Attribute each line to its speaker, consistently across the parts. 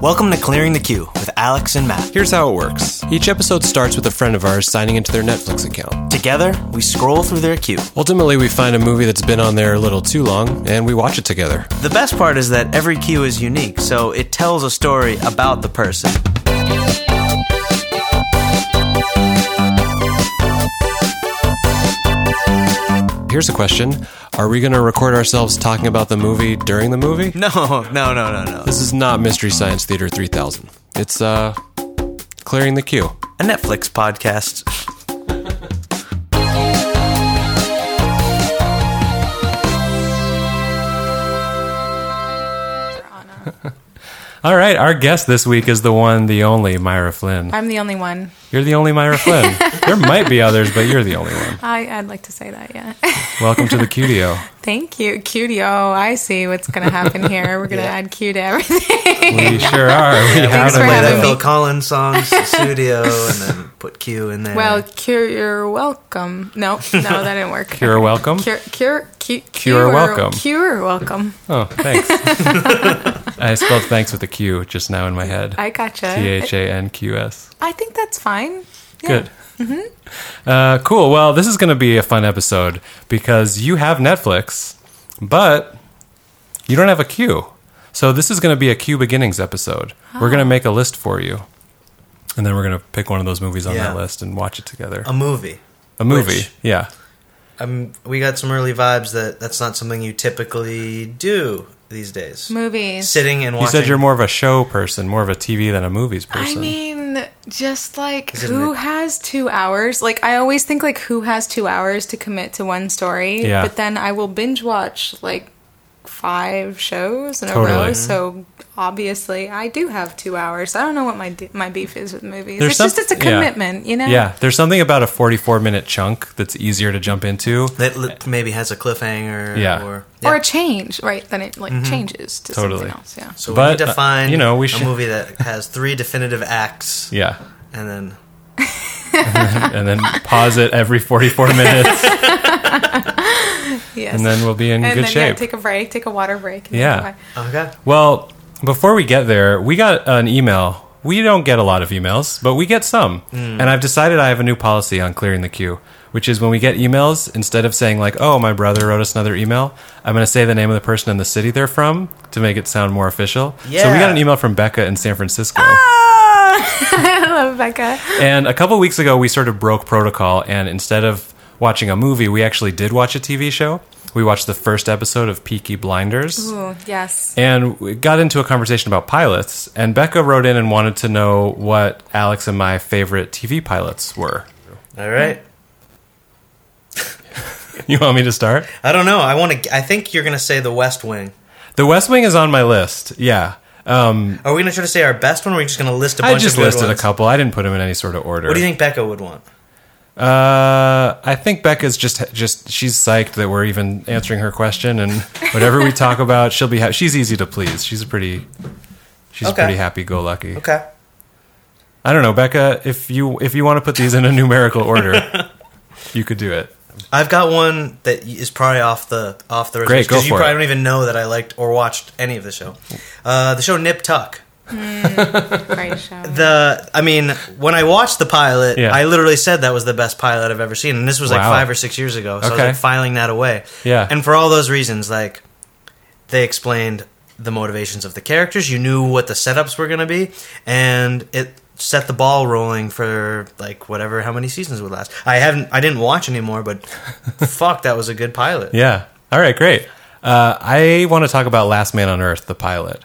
Speaker 1: Welcome to Clearing the Queue with Alex and Matt.
Speaker 2: Here's how it works each episode starts with a friend of ours signing into their Netflix account.
Speaker 1: Together, we scroll through their queue.
Speaker 2: Ultimately, we find a movie that's been on there a little too long and we watch it together.
Speaker 1: The best part is that every queue is unique, so it tells a story about the person.
Speaker 2: Here's a question Are we going to record ourselves talking about the movie during the movie?
Speaker 1: No, no, no, no, no.
Speaker 2: This is not Mystery Science Theater 3000. It's, uh, clearing the queue.
Speaker 1: A Netflix podcast.
Speaker 3: All right, our guest this week is the one, the only Myra Flynn.
Speaker 4: I'm the only one.
Speaker 3: You're the only Myra Flynn. there might be others, but you're the only one.
Speaker 4: I, I'd like to say that, yeah.
Speaker 3: Welcome to the QDO.
Speaker 4: Thank you, cutie. Oh, I see what's going to happen here. We're going to add Q to everything.
Speaker 3: We sure are. We
Speaker 4: Thanks
Speaker 3: have
Speaker 4: for
Speaker 3: a-
Speaker 1: Play
Speaker 4: having
Speaker 1: that
Speaker 4: me.
Speaker 1: Phil Collins song, studio, and then put Q in there.
Speaker 4: well, cure, you're welcome. No, no, that didn't work.
Speaker 3: You're welcome.
Speaker 4: Cure, cure, cu-
Speaker 3: Cure welcome.
Speaker 4: Cure welcome.
Speaker 3: Oh, thanks. I spelled thanks with a Q just now in my head.
Speaker 4: I gotcha.
Speaker 3: T H A N Q S.
Speaker 4: I think that's fine. Yeah. Mm-hmm.
Speaker 3: Good. Uh, cool. Well, this is going to be a fun episode because you have Netflix, but you don't have a queue. So this is going to be a queue beginnings episode. We're
Speaker 4: Oh.
Speaker 3: going to make a list for you, and then we're going to pick one of those movies on
Speaker 1: Yeah.
Speaker 3: that list and watch it together.
Speaker 1: a movie.
Speaker 3: a movie,
Speaker 1: which-
Speaker 3: yeah.
Speaker 1: Um, we got some early vibes that that's not something you typically do these days.
Speaker 4: Movies.
Speaker 1: Sitting and
Speaker 3: You
Speaker 1: watching.
Speaker 3: said you're more of a show person, more of a TV than a movies
Speaker 4: I
Speaker 3: person.
Speaker 4: mean, just like
Speaker 1: it
Speaker 4: who
Speaker 1: an-
Speaker 4: has two hours? Like I always think like who has two hours to commit to one story?
Speaker 3: Yeah.
Speaker 4: But then I will binge watch like five shows in a row.
Speaker 3: Totally. Mm-hmm.
Speaker 4: So obviously, I do have two hours. I don't know what my d- my beef is with movies.
Speaker 3: There's
Speaker 4: it's
Speaker 3: some-
Speaker 4: just it's a
Speaker 3: yeah.
Speaker 4: commitment, you know.
Speaker 3: yeah, there's something about a 44 minute chunk that's easier to jump into.
Speaker 1: that li- maybe has a cliffhanger.
Speaker 3: Yeah.
Speaker 1: Or,
Speaker 4: Or
Speaker 1: Yeah.
Speaker 4: a change, right? Then it like changes to
Speaker 3: Mm-hmm. Totally.
Speaker 4: something else. Yeah.
Speaker 1: so
Speaker 3: but,
Speaker 1: we need to
Speaker 3: uh,
Speaker 1: find
Speaker 3: you know, we
Speaker 1: a
Speaker 3: should-
Speaker 1: movie that has three definitive acts.
Speaker 3: Yeah,
Speaker 1: And then
Speaker 3: and then pause it every 44 minutes,
Speaker 4: Yes.
Speaker 3: and then we'll be in
Speaker 4: And
Speaker 3: good
Speaker 4: then,
Speaker 3: shape.
Speaker 4: Yeah, take a break. Take a water break. and
Speaker 3: Yeah.
Speaker 4: then come back.
Speaker 1: okay.
Speaker 3: Well, before we get there, we got an email. We don't get a lot of emails, but we get some. And I've decided I have a new policy on clearing the queue, which is when we get emails, instead of saying, like, oh, my brother wrote us another email, I'm going to say the name of the person and the city they're from to make it sound more official. So we
Speaker 1: Yeah.
Speaker 3: got an email from Becca in San Francisco.
Speaker 4: Ah! I love Becca.
Speaker 3: And a couple weeks ago, we sort of broke protocol, and instead of watching a movie, we actually did watch a TV show. We watched the first episode of Peaky Blinders
Speaker 4: Ooh, yes.
Speaker 3: and we got into a conversation about pilots and becca wrote in and wanted to know what alex and my favorite tv pilots were
Speaker 1: All right.
Speaker 3: you want me to start
Speaker 1: I don't know. I want to. I think you're gonna say The West Wing.
Speaker 3: the west wing is on my list yeah
Speaker 1: Are we gonna try to say our best one? or Are we just gonna list a bunch?
Speaker 3: i just
Speaker 1: of good
Speaker 3: listed
Speaker 1: ones?
Speaker 3: a couple i didn't put them in any sort of order
Speaker 1: What do you think Becca would want?
Speaker 3: uh, i think becca's just just she's psyched that we're even answering her question and whatever we talk about she'll be ha- she's easy to please she's a pretty she's
Speaker 1: Okay.
Speaker 3: pretty happy-go-lucky
Speaker 1: Okay.
Speaker 3: i don't know becca if you if you want to put these in a numerical order you could do it
Speaker 1: I've got one that is probably off the off the
Speaker 3: Great, go
Speaker 1: because you
Speaker 3: for
Speaker 1: probably
Speaker 3: it.
Speaker 1: don't even know that I liked or watched any of the show. Uh, the show Nip Tuck.
Speaker 4: Great show.
Speaker 1: The I mean, when I watched the pilot,
Speaker 3: Yeah.
Speaker 1: I literally said that was the best pilot I've ever seen, and this was like
Speaker 3: Wow.
Speaker 1: five or six years ago. So I was
Speaker 3: Okay.
Speaker 1: like filing that away.
Speaker 3: Yeah.
Speaker 1: and for all those reasons, like they explained the motivations of the characters, you knew what the setups were going to be, and it set the ball rolling for like whatever how many seasons would last. I haven't, I didn't watch anymore, but fuck, that was a good pilot.
Speaker 3: Yeah. All right, great. Uh, I want to talk about Last Man on Earth, the pilot,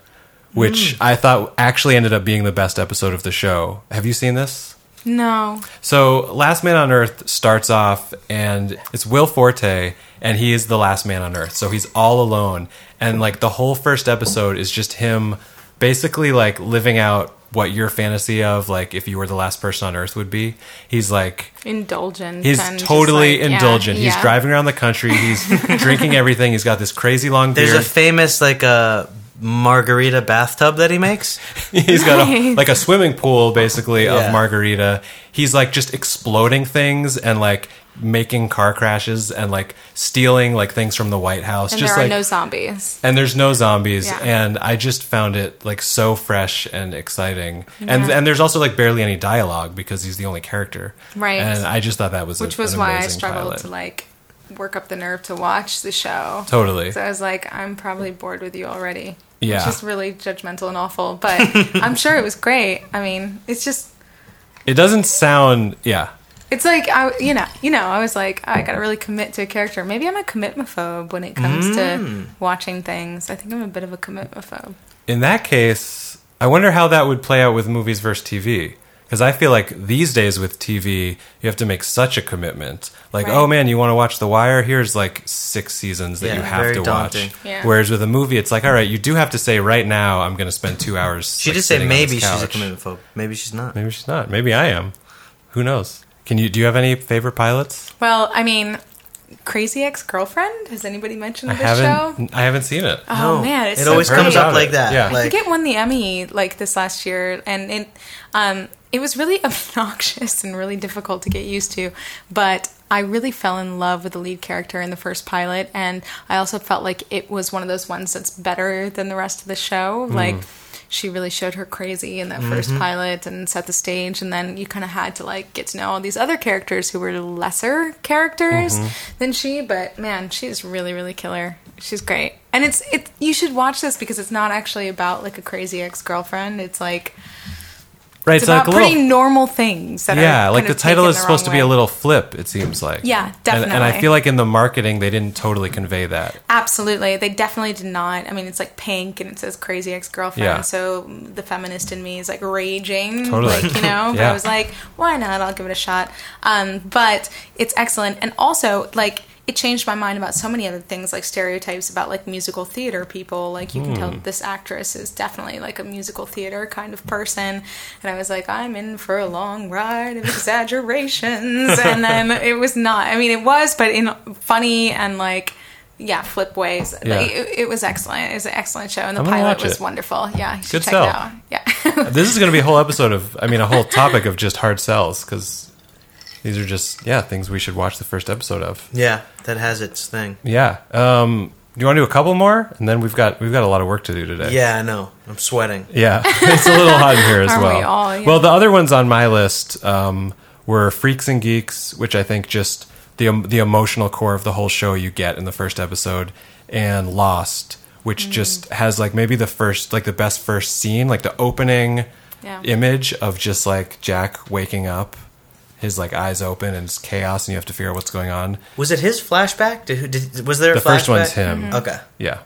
Speaker 3: which I thought actually ended up being the best episode of the show. Have you seen this?
Speaker 4: No.
Speaker 3: So, Last Man on Earth starts off, and it's Will Forte, and he is the last man on Earth. So, he's all alone. And, like, the whole first episode is just him basically, like, living out what your fantasy of, like, if you were the last person on Earth would be. He's like,
Speaker 4: Indulgent.
Speaker 3: He's
Speaker 4: and just,
Speaker 3: totally
Speaker 4: like, yeah,
Speaker 3: indulgent. He's
Speaker 4: yeah.
Speaker 3: driving around the country. He's drinking everything. He's got this crazy long
Speaker 1: There's
Speaker 3: beard.
Speaker 1: a famous like a margarita bathtub that he makes.
Speaker 3: He's got a,
Speaker 4: Nice.
Speaker 3: like a swimming pool basically
Speaker 1: Yeah.
Speaker 3: of margarita. He's like just exploding things and like making car crashes and like stealing like things from the White House.
Speaker 4: And
Speaker 3: just
Speaker 4: there are
Speaker 3: like
Speaker 4: no zombies.
Speaker 3: and there's no zombies
Speaker 4: Yeah.
Speaker 3: and i just found it like so fresh and exciting and and there's also like barely any dialogue because he's the only character
Speaker 4: Right.
Speaker 3: and i just thought that was
Speaker 4: Which
Speaker 3: a,
Speaker 4: was
Speaker 3: an
Speaker 4: why I
Speaker 3: amazing
Speaker 4: struggled
Speaker 3: pilot.
Speaker 4: to like work up the nerve to watch the show.
Speaker 3: totally
Speaker 4: So I was like, I'm probably bored with you already.
Speaker 3: Yeah.
Speaker 4: Which is really judgmental and awful, but I'm sure it was great. I mean, it's just,
Speaker 3: it doesn't sound yeah
Speaker 4: it's like, I, you know, you know, I was like, I gotta really commit to a character. Maybe I'm a commitmaphobe when it comes
Speaker 3: Mm.
Speaker 4: to watching things. I think I'm a bit of a commitmaphobe.
Speaker 3: in that case i wonder how that would play out with movies versus tv because i feel like these days with tv you have to make such a commitment like
Speaker 4: Right.
Speaker 3: oh man you want to watch the wire here's like six seasons that
Speaker 1: Yeah,
Speaker 3: you have
Speaker 1: very
Speaker 3: to
Speaker 1: daunting.
Speaker 3: watch
Speaker 4: Yeah.
Speaker 3: whereas with a movie it's like all right you do have to say right now i'm going to spend two hours
Speaker 1: She
Speaker 3: like,
Speaker 1: did say
Speaker 3: sitting on this
Speaker 1: maybe she's a
Speaker 3: couch."
Speaker 1: commitment phobe. Maybe she's not.
Speaker 3: Maybe she's not. Maybe I am. Who knows? Can you? Do you have any favorite pilots?
Speaker 4: Well, I mean, Crazy Ex Girlfriend? Has anybody mentioned
Speaker 3: I
Speaker 4: this show?
Speaker 3: haven't. I haven't seen it.
Speaker 4: Oh, man, it's
Speaker 1: it
Speaker 4: so
Speaker 1: always
Speaker 4: great.
Speaker 1: comes
Speaker 3: Heard
Speaker 1: up
Speaker 3: about
Speaker 1: like
Speaker 3: it,
Speaker 1: that.
Speaker 3: yeah.
Speaker 1: Like,
Speaker 4: I think it won the Emmy like this last year, and it um, it was really obnoxious and really difficult to get used to. But I really fell in love with the lead character in the first pilot, and I also felt like it was one of those ones that's better than the rest of the
Speaker 1: Hmm.
Speaker 4: show. Like she really showed her crazy in that first
Speaker 3: Mm-hmm.
Speaker 4: pilot and set the stage, and then you kind of had to like get to know all these other characters who were lesser characters
Speaker 3: Mm-hmm.
Speaker 4: than she. But man, she's really really killer. She's great. And it's it. You should watch this because it's not actually about like a crazy ex girlfriend. It's like
Speaker 3: right.
Speaker 4: it's,
Speaker 3: It's,
Speaker 4: about
Speaker 3: like a little.
Speaker 4: pretty normal things. That
Speaker 3: yeah,
Speaker 4: are
Speaker 3: like
Speaker 4: kind
Speaker 3: the
Speaker 4: of
Speaker 3: title
Speaker 4: taken
Speaker 3: is
Speaker 4: the
Speaker 3: supposed
Speaker 4: wrong
Speaker 3: to be a
Speaker 4: way.
Speaker 3: little flip. It seems like.
Speaker 4: Yeah,
Speaker 3: And- And, I
Speaker 4: definitely.
Speaker 3: feel like in the marketing they didn't totally convey that.
Speaker 4: Absolutely, they definitely did not. I mean, it's like pink and it says crazy ex girlfriend.
Speaker 3: Yeah.
Speaker 4: So the feminist in me is like raging.
Speaker 3: Totally.
Speaker 4: Like you know, but
Speaker 3: Yeah.
Speaker 4: I was like, why not? I'll give it a shot. Um, but it's excellent, and also like. It changed my mind about so many other things, like stereotypes about like musical theater people. Like you can tell
Speaker 3: Hmm.
Speaker 4: this actress is definitely like a musical theater kind of person, and I was like, I'm in for a long ride of exaggerations. and then it was not. I mean, it was, but in funny and like yeah, flip ways.
Speaker 3: Yeah.
Speaker 4: Like, it, it was excellent. It was an excellent show, and the
Speaker 3: I'm gonna
Speaker 4: pilot
Speaker 3: watch
Speaker 4: was
Speaker 3: it.
Speaker 4: wonderful. Yeah, you should
Speaker 3: Good
Speaker 4: check
Speaker 3: sell.
Speaker 4: it out. Yeah,
Speaker 3: This is going to be a whole episode of. I mean, a whole topic of just hard sells because these are just yeah things we should watch the first episode of.
Speaker 1: yeah, that has its thing.
Speaker 3: Yeah. Um. Do you want to do a couple more? And then we've got we've got a lot of work to do today.
Speaker 1: Yeah, I know. I'm sweating.
Speaker 3: Yeah, it's a little hot in here as
Speaker 4: Aren't
Speaker 3: well.
Speaker 4: we all? Yeah.
Speaker 3: Well, the other ones on my list um, were Freaks and Geeks, which I think just the um, the emotional core of the whole show you get in the first episode, and Lost, which
Speaker 4: Mm.
Speaker 3: just has like maybe the first like the best first scene, like the opening
Speaker 4: Yeah.
Speaker 3: image of just like Jack waking up, his like eyes open and it's chaos, and you have to figure out what's going on.
Speaker 1: Was it his flashback? Did, who- did was there a
Speaker 3: The first one's
Speaker 1: flashback?
Speaker 3: him.
Speaker 4: Mm-hmm.
Speaker 1: Okay.
Speaker 3: Yeah,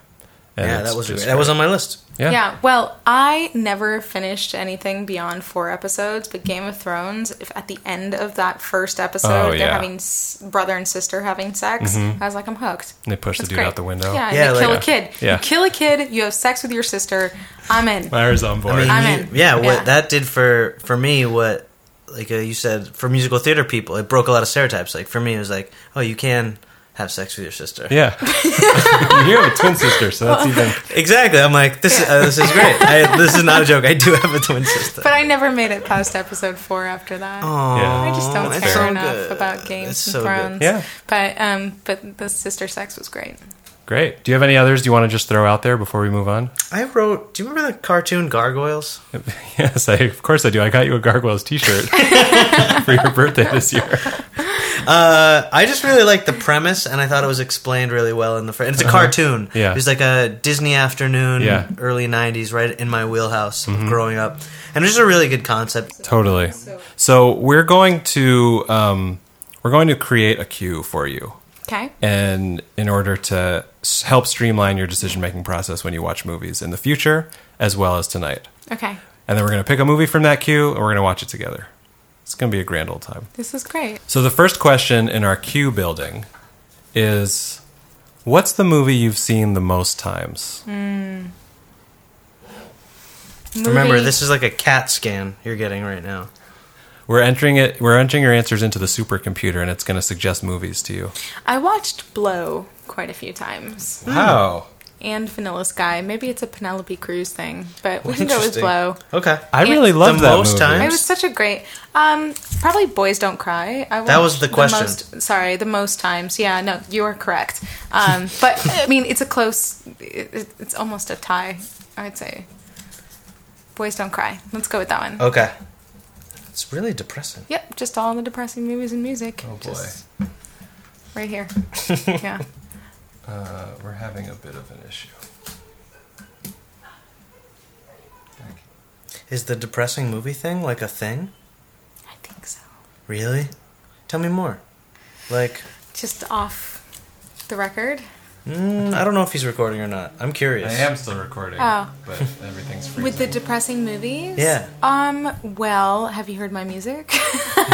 Speaker 3: And
Speaker 1: Yeah,
Speaker 3: it's
Speaker 1: that was
Speaker 3: just
Speaker 1: that was on my list.
Speaker 3: great.
Speaker 4: yeah. Well, I never finished anything beyond four episodes, but Game of Thrones. If at the end of that first episode,
Speaker 3: Oh,
Speaker 4: they're
Speaker 3: yeah.
Speaker 4: having s- brother and sister having sex, I was like, I'm hooked.
Speaker 3: And they push the
Speaker 4: That's
Speaker 3: dude
Speaker 4: great.
Speaker 3: out the window.
Speaker 4: Yeah, and
Speaker 1: Yeah,
Speaker 4: you
Speaker 1: like-
Speaker 4: kill a kid.
Speaker 3: Yeah.
Speaker 4: You kill a kid. You have sex with your sister. I'm in.
Speaker 3: Myra's on board.
Speaker 1: I mean,
Speaker 4: I'm
Speaker 1: you-
Speaker 4: in.
Speaker 1: yeah,
Speaker 4: Yeah.
Speaker 1: what that did for for me, what like uh, you said for musical theater people, it broke a lot of stereotypes. Like for me, it was like, oh, you can have sex with your sister.
Speaker 3: Yeah, you have a twin sister, so that's even.
Speaker 1: Exactly. I'm like, this is, uh, this is great. I, this is not a joke. I do have a twin sister.
Speaker 4: But I never made it past episode four after that.
Speaker 3: Yeah.
Speaker 4: I just don't
Speaker 1: Aw,
Speaker 4: care
Speaker 1: that's so
Speaker 4: enough
Speaker 1: good.
Speaker 4: about games
Speaker 1: That's
Speaker 4: and
Speaker 1: so good.
Speaker 4: thrones.
Speaker 3: Yeah.
Speaker 4: But um but the sister sex was great.
Speaker 3: Great. Do you have any others you want to just throw out there before we move on?
Speaker 1: I wrote. Do you remember the cartoon Gargoyles?
Speaker 3: yes, I, of course I do. I got you a Gargoyles T-shirt for your birthday this year.
Speaker 1: Uh, I just really liked the premise, and I thought it was explained really well in the. Fr- and it's a cartoon.
Speaker 3: Uh-huh. Yeah.
Speaker 1: it was like a Disney afternoon,
Speaker 3: Yeah. Mm-hmm.
Speaker 1: early '90s, right in my wheelhouse of growing up, and it's just a really good concept.
Speaker 3: Totally. So we're going to um, we're going to create a queue for you,
Speaker 4: Okay.
Speaker 3: and in order to s- help streamline your decision making process when you watch movies in the future as well as tonight.
Speaker 4: Okay.
Speaker 3: And then we're going to pick a movie from that queue, and we're going to watch it together. It's going to be a grand old time.
Speaker 4: This is great.
Speaker 3: So the first question in our queue building is what's the movie you've seen the most times?
Speaker 4: Hmm.
Speaker 1: Remember,
Speaker 4: Movie-
Speaker 1: this is like a CAT scan you're getting right now.
Speaker 3: We're entering it we're entering your answers into the supercomputer and it's going to suggest movies to you.
Speaker 4: Hmm. I watched Blow quite a few times.
Speaker 3: Wow.
Speaker 4: and Vanilla Sky. Maybe it's a Penelope Cruz thing, but we can go with
Speaker 1: Interesting.
Speaker 4: Blow.
Speaker 1: Okay.
Speaker 3: I
Speaker 4: Yeah.
Speaker 3: really loved
Speaker 1: The
Speaker 3: that
Speaker 1: most
Speaker 3: movie.
Speaker 1: time-
Speaker 4: It was such a great. Um, probably boys don't cry. I
Speaker 1: That was
Speaker 4: watched
Speaker 1: the question.
Speaker 4: most, sorry, the most times. Yeah, no, you are correct. Um, but I mean, it's a close. It, it's almost a tie. I would say. Boys don't cry. Let's go with that one.
Speaker 1: Okay. It's really depressing.
Speaker 4: Yep, just all the depressing movies and music.
Speaker 3: Oh, boy.
Speaker 4: Just right here. yeah.
Speaker 3: Uh, we're having a bit of an issue.
Speaker 1: Is the depressing movie thing like a thing?
Speaker 4: I think so.
Speaker 1: Really? Tell me more. Like,
Speaker 4: Just off the record.
Speaker 1: mm, I don't know if he's recording or not. I'm curious.
Speaker 3: I am still recording,
Speaker 4: Oh.
Speaker 3: but everything's freezing.
Speaker 4: With the depressing movies?
Speaker 1: Yeah.
Speaker 4: Um, well, have you heard my music? uh,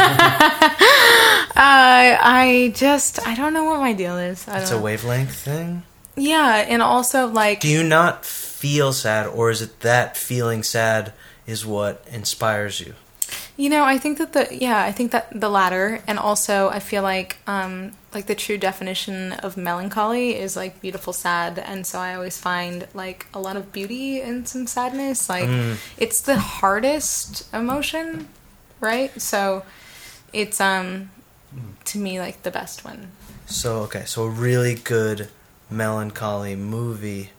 Speaker 4: I just, I don't know what my deal is. I don't
Speaker 1: It's
Speaker 4: know.
Speaker 1: a wavelength thing.
Speaker 4: Yeah, and also, like,
Speaker 1: Do you not feel sad, or is it that feeling sad is what inspires you?
Speaker 4: You know, I think that the yeah, I think that the latter, and also I feel like um, like the true definition of melancholy is like beautiful sad, and so I always find like a lot of beauty in some sadness. Like it's the hardest emotion, right? So it's um to me like the best one.
Speaker 1: So, okay, so a really good melancholy movie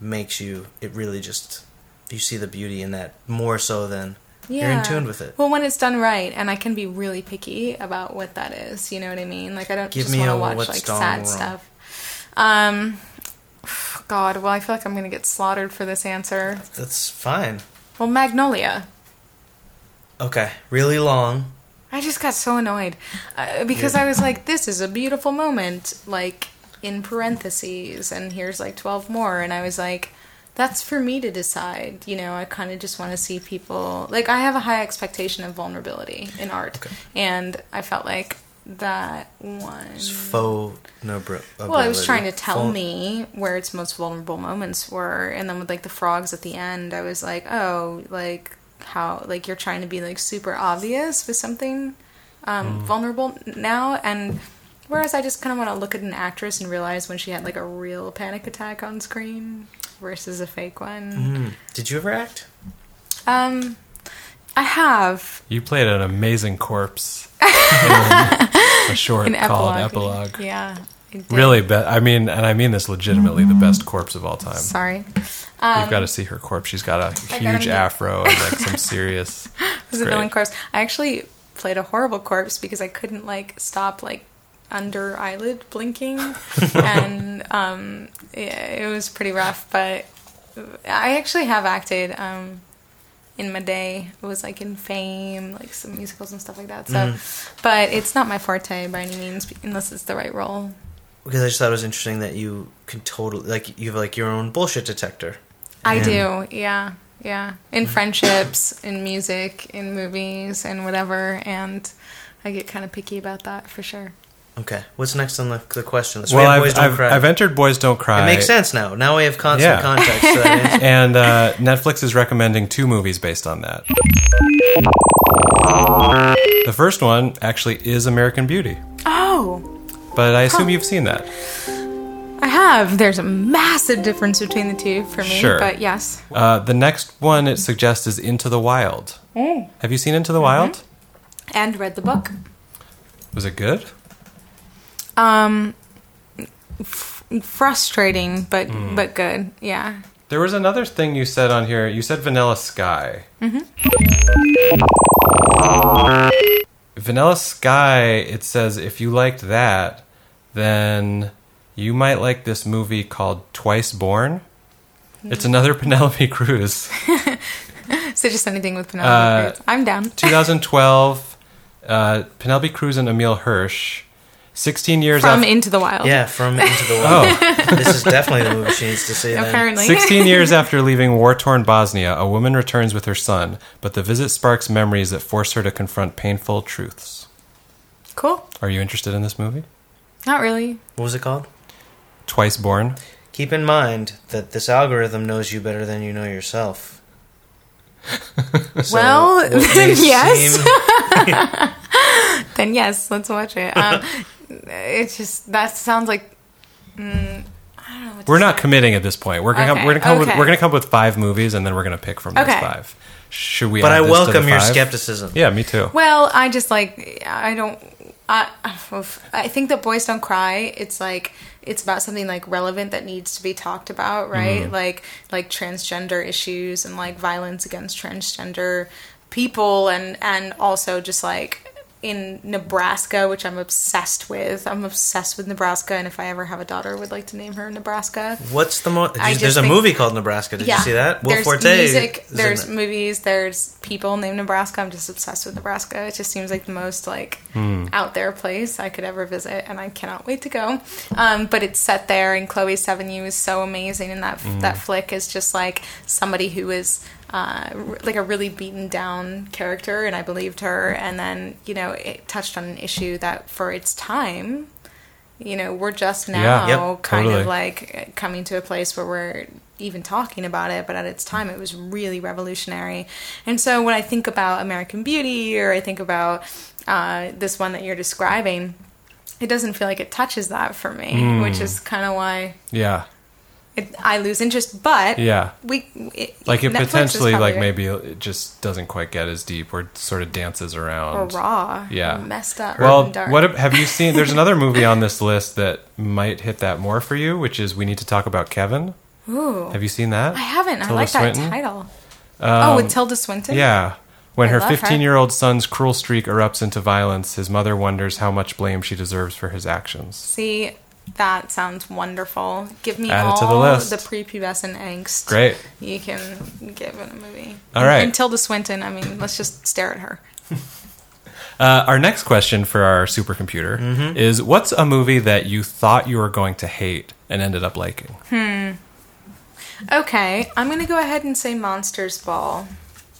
Speaker 1: makes you, it really just, you see the beauty in that more so than
Speaker 4: Yeah.
Speaker 1: you're in tune with it.
Speaker 4: Well, when it's done right, and I can be really picky about what that is. You know what I mean? Like I don't
Speaker 1: Give
Speaker 4: just
Speaker 1: me
Speaker 4: want
Speaker 1: a
Speaker 4: to watch
Speaker 1: what's
Speaker 4: like
Speaker 1: gone
Speaker 4: sad
Speaker 1: wrong.
Speaker 4: stuff. Um, God, well, I feel like I'm gonna get slaughtered for this answer.
Speaker 1: That's fine.
Speaker 4: Well, Magnolia.
Speaker 1: Okay, really long.
Speaker 4: I just got so annoyed uh, because
Speaker 1: Yeah.
Speaker 4: I was like, "This is a beautiful moment," like in parentheses, and here's like twelve more, and I was like, "That's for me to decide." You know, I kind of just want to see people. Like, I have a high expectation of vulnerability in art, and I felt like that one.
Speaker 1: It's faux nobr-
Speaker 4: Mm. Well, I was trying to tell me where its most vulnerable moments were, and then with like the frogs at the end, I was like, oh, like how like you're trying to be like super obvious with something
Speaker 3: Mm.
Speaker 4: um, vulnerable now, and whereas I just kind of want to look at an actress and realize when she had like a real panic attack on screen versus a fake one.
Speaker 3: Mm.
Speaker 1: Did you ever act?
Speaker 4: Um, I have
Speaker 3: you played an amazing corpse in a short
Speaker 4: an
Speaker 3: called
Speaker 4: epilogue.
Speaker 3: Epilogue.
Speaker 4: Yeah. I did.
Speaker 3: Really, be- I mean, and I mean this legitimately,
Speaker 4: Mm-hmm.
Speaker 3: the best corpse of all time.
Speaker 4: Sorry.
Speaker 3: You've got to see her corpse. She's got a
Speaker 4: Um, I gotta
Speaker 3: huge
Speaker 4: meet-
Speaker 3: afro and like some serious.
Speaker 4: was a
Speaker 3: Great.
Speaker 4: villain corpse. I actually played a horrible corpse because I couldn't like stop like under eyelid blinking, and um, yeah, it was pretty rough. But I actually have acted um, in my day. It was like in Fame, like some musicals and stuff like that. So, but it's not my forte by any means, unless it's the right role.
Speaker 1: Because I just thought it was interesting that you can totally like you have like your own bullshit detector.
Speaker 4: I
Speaker 1: And-
Speaker 4: do, yeah, yeah. In friendships, in music, in movies, and whatever, and. I get kind of picky about that for sure.
Speaker 1: Okay, what's next on the, the question list?
Speaker 3: well,
Speaker 1: we have
Speaker 3: I've,
Speaker 1: Boys Don't
Speaker 3: I've,
Speaker 1: Cry.
Speaker 3: I've entered Boys Don't Cry.
Speaker 1: it makes sense now. Now we have constant
Speaker 3: Yeah.
Speaker 1: context. To that answer.
Speaker 3: And uh, Netflix is recommending two movies based on that. The first one actually is American Beauty,
Speaker 4: Oh,
Speaker 3: but I assume you've seen that.
Speaker 4: I have. There's a massive difference between the two for me,
Speaker 3: Sure.
Speaker 4: but yes.
Speaker 3: Uh, the next one it suggests is Into the Wild. Have you seen Into the
Speaker 4: Mm-hmm.
Speaker 3: Wild?
Speaker 4: And read the book.
Speaker 3: Was it good?
Speaker 4: Frustrating, but
Speaker 3: Hmm.
Speaker 4: but good. Yeah.
Speaker 3: There was another thing you said on here. You said Vanilla Sky. Vanilla Sky, it says if you liked that, then you might like this movie called Twice Born. It's another Penelope Cruz.
Speaker 4: So just anything with Penelope
Speaker 3: Uh,
Speaker 4: Cruz. I'm down.
Speaker 3: 2012, uh, Penelope Cruz and Emil Hirsch. 16 years
Speaker 4: From
Speaker 3: after.
Speaker 4: Into the Wild.
Speaker 1: yeah, from Into the Wild.
Speaker 3: oh.
Speaker 1: This is definitely the movie she needs to see. then.
Speaker 4: Apparently.
Speaker 3: 16 years after leaving war torn Bosnia, a woman returns with her son, but the visit sparks memories that force her to confront painful truths.
Speaker 4: Cool.
Speaker 3: Are you interested in this movie?
Speaker 4: Not really.
Speaker 1: What was it called?
Speaker 3: Twice Born?
Speaker 1: Keep in mind that this algorithm knows you better than you know yourself. So
Speaker 4: Well,
Speaker 1: what may
Speaker 4: yes.
Speaker 1: seem-
Speaker 4: Then yes, let's watch it. Um, it's just that sounds like mm, I don't know. What to
Speaker 3: We're
Speaker 4: say.
Speaker 3: not committing at this point. We're gonna
Speaker 4: Okay,
Speaker 3: come, we're gonna come with
Speaker 4: okay.
Speaker 3: we're gonna come up with five movies, and then we're gonna pick from those
Speaker 4: Okay.
Speaker 3: five. Should we?
Speaker 1: But I
Speaker 3: add this to the
Speaker 1: welcome your
Speaker 3: five?
Speaker 1: skepticism.
Speaker 3: Yeah, me too.
Speaker 4: Well, I just like I don't. I oof. I think that boys don't cry. It's like it's about something like relevant that needs to be talked about, right? Like like transgender issues and like violence against transgender people, and and also just like in Nebraska, which I'm obsessed with. I'm obsessed with Nebraska, and if I ever have a daughter, I would like to name her Nebraska.
Speaker 1: What's the most?
Speaker 4: I just
Speaker 1: There's a
Speaker 4: think-
Speaker 1: movie called Nebraska. Did you see that? Will
Speaker 4: there's
Speaker 1: Forte.
Speaker 4: music,
Speaker 1: is in
Speaker 4: there's
Speaker 1: it.
Speaker 4: movies, there's people named Nebraska. I'm just obsessed with Nebraska. It just seems like the most like out there place I could ever visit, and I cannot wait to go. Um, but it's set there, and Chloe Sevigny is so amazing, and that that flick is just like somebody who is. Uh, r- like a really beaten down character, and I believed her. And then, you know, it touched on an issue that for its time, you know, we're just now
Speaker 3: Yeah.
Speaker 1: Yep,
Speaker 4: kind
Speaker 3: totally.
Speaker 4: of like coming to a place where we're even talking about it, but at its time it was really revolutionary. And so when I think about American Beauty or I think about uh, this one that you're describing, it doesn't feel like it touches that for me,
Speaker 3: Hmm.
Speaker 4: which is kind of why
Speaker 3: Yeah,
Speaker 4: it, I lose interest. But
Speaker 3: yeah.
Speaker 4: we it,
Speaker 3: Like it
Speaker 4: Netflix is
Speaker 3: potentially,
Speaker 4: probably
Speaker 3: like maybe it just doesn't quite get as deep, or sort of dances
Speaker 4: or
Speaker 3: around.
Speaker 4: raw,
Speaker 3: Yeah.
Speaker 4: messed up.
Speaker 3: Well,
Speaker 4: and dark.
Speaker 3: what ab- have you seen? There's another movie on this list that might hit that more for you, which is we need to talk about Kevin.
Speaker 4: Ooh,
Speaker 3: Have you seen that?
Speaker 4: I haven't. I
Speaker 3: Tilda
Speaker 4: like
Speaker 3: Swinton? Um,
Speaker 4: that title. oh, with Tilda Swinton.
Speaker 3: Yeah. When
Speaker 4: I
Speaker 3: her
Speaker 4: love her.
Speaker 3: 15 year old son's cruel streak erupts into violence, his mother wonders how much blame she deserves for his actions.
Speaker 4: See, that sounds wonderful. Give me
Speaker 3: Add it
Speaker 4: all
Speaker 3: to the list.
Speaker 4: the prepubescent angst.
Speaker 3: Great.
Speaker 4: You can give in a movie.
Speaker 3: All right.
Speaker 4: And Tilda Swinton, I mean, let's just stare at her.
Speaker 3: Uh, our next question for our supercomputer is What's a movie that you thought you were going to hate and ended up liking?
Speaker 4: Okay, I'm going to go ahead and say Monsters Ball.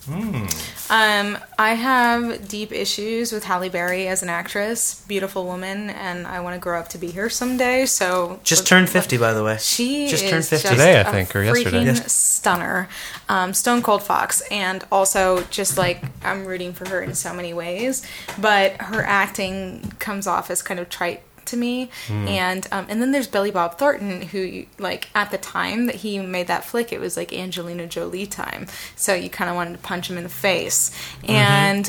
Speaker 3: Hmm.
Speaker 4: Um, I have deep issues with Halle Berry as an actress, beautiful woman, and I want to grow up to be her someday. So
Speaker 1: Just turned 50, by the way.
Speaker 4: She
Speaker 1: just
Speaker 4: is
Speaker 1: turned 50.
Speaker 4: just
Speaker 3: Today, I
Speaker 4: a
Speaker 3: think, or yesterday.
Speaker 4: freaking
Speaker 1: Yes.
Speaker 4: Stunner, um, Stone Cold Fox, and also just like I'm rooting for her in so many ways, but her acting comes off as kind of trite to me.
Speaker 1: Hmm.
Speaker 4: And um, and then there's Billy Bob Thornton, who like at the time that he made that flick, it was like Angelina Jolie time, so you kind of wanted to punch him in the face. And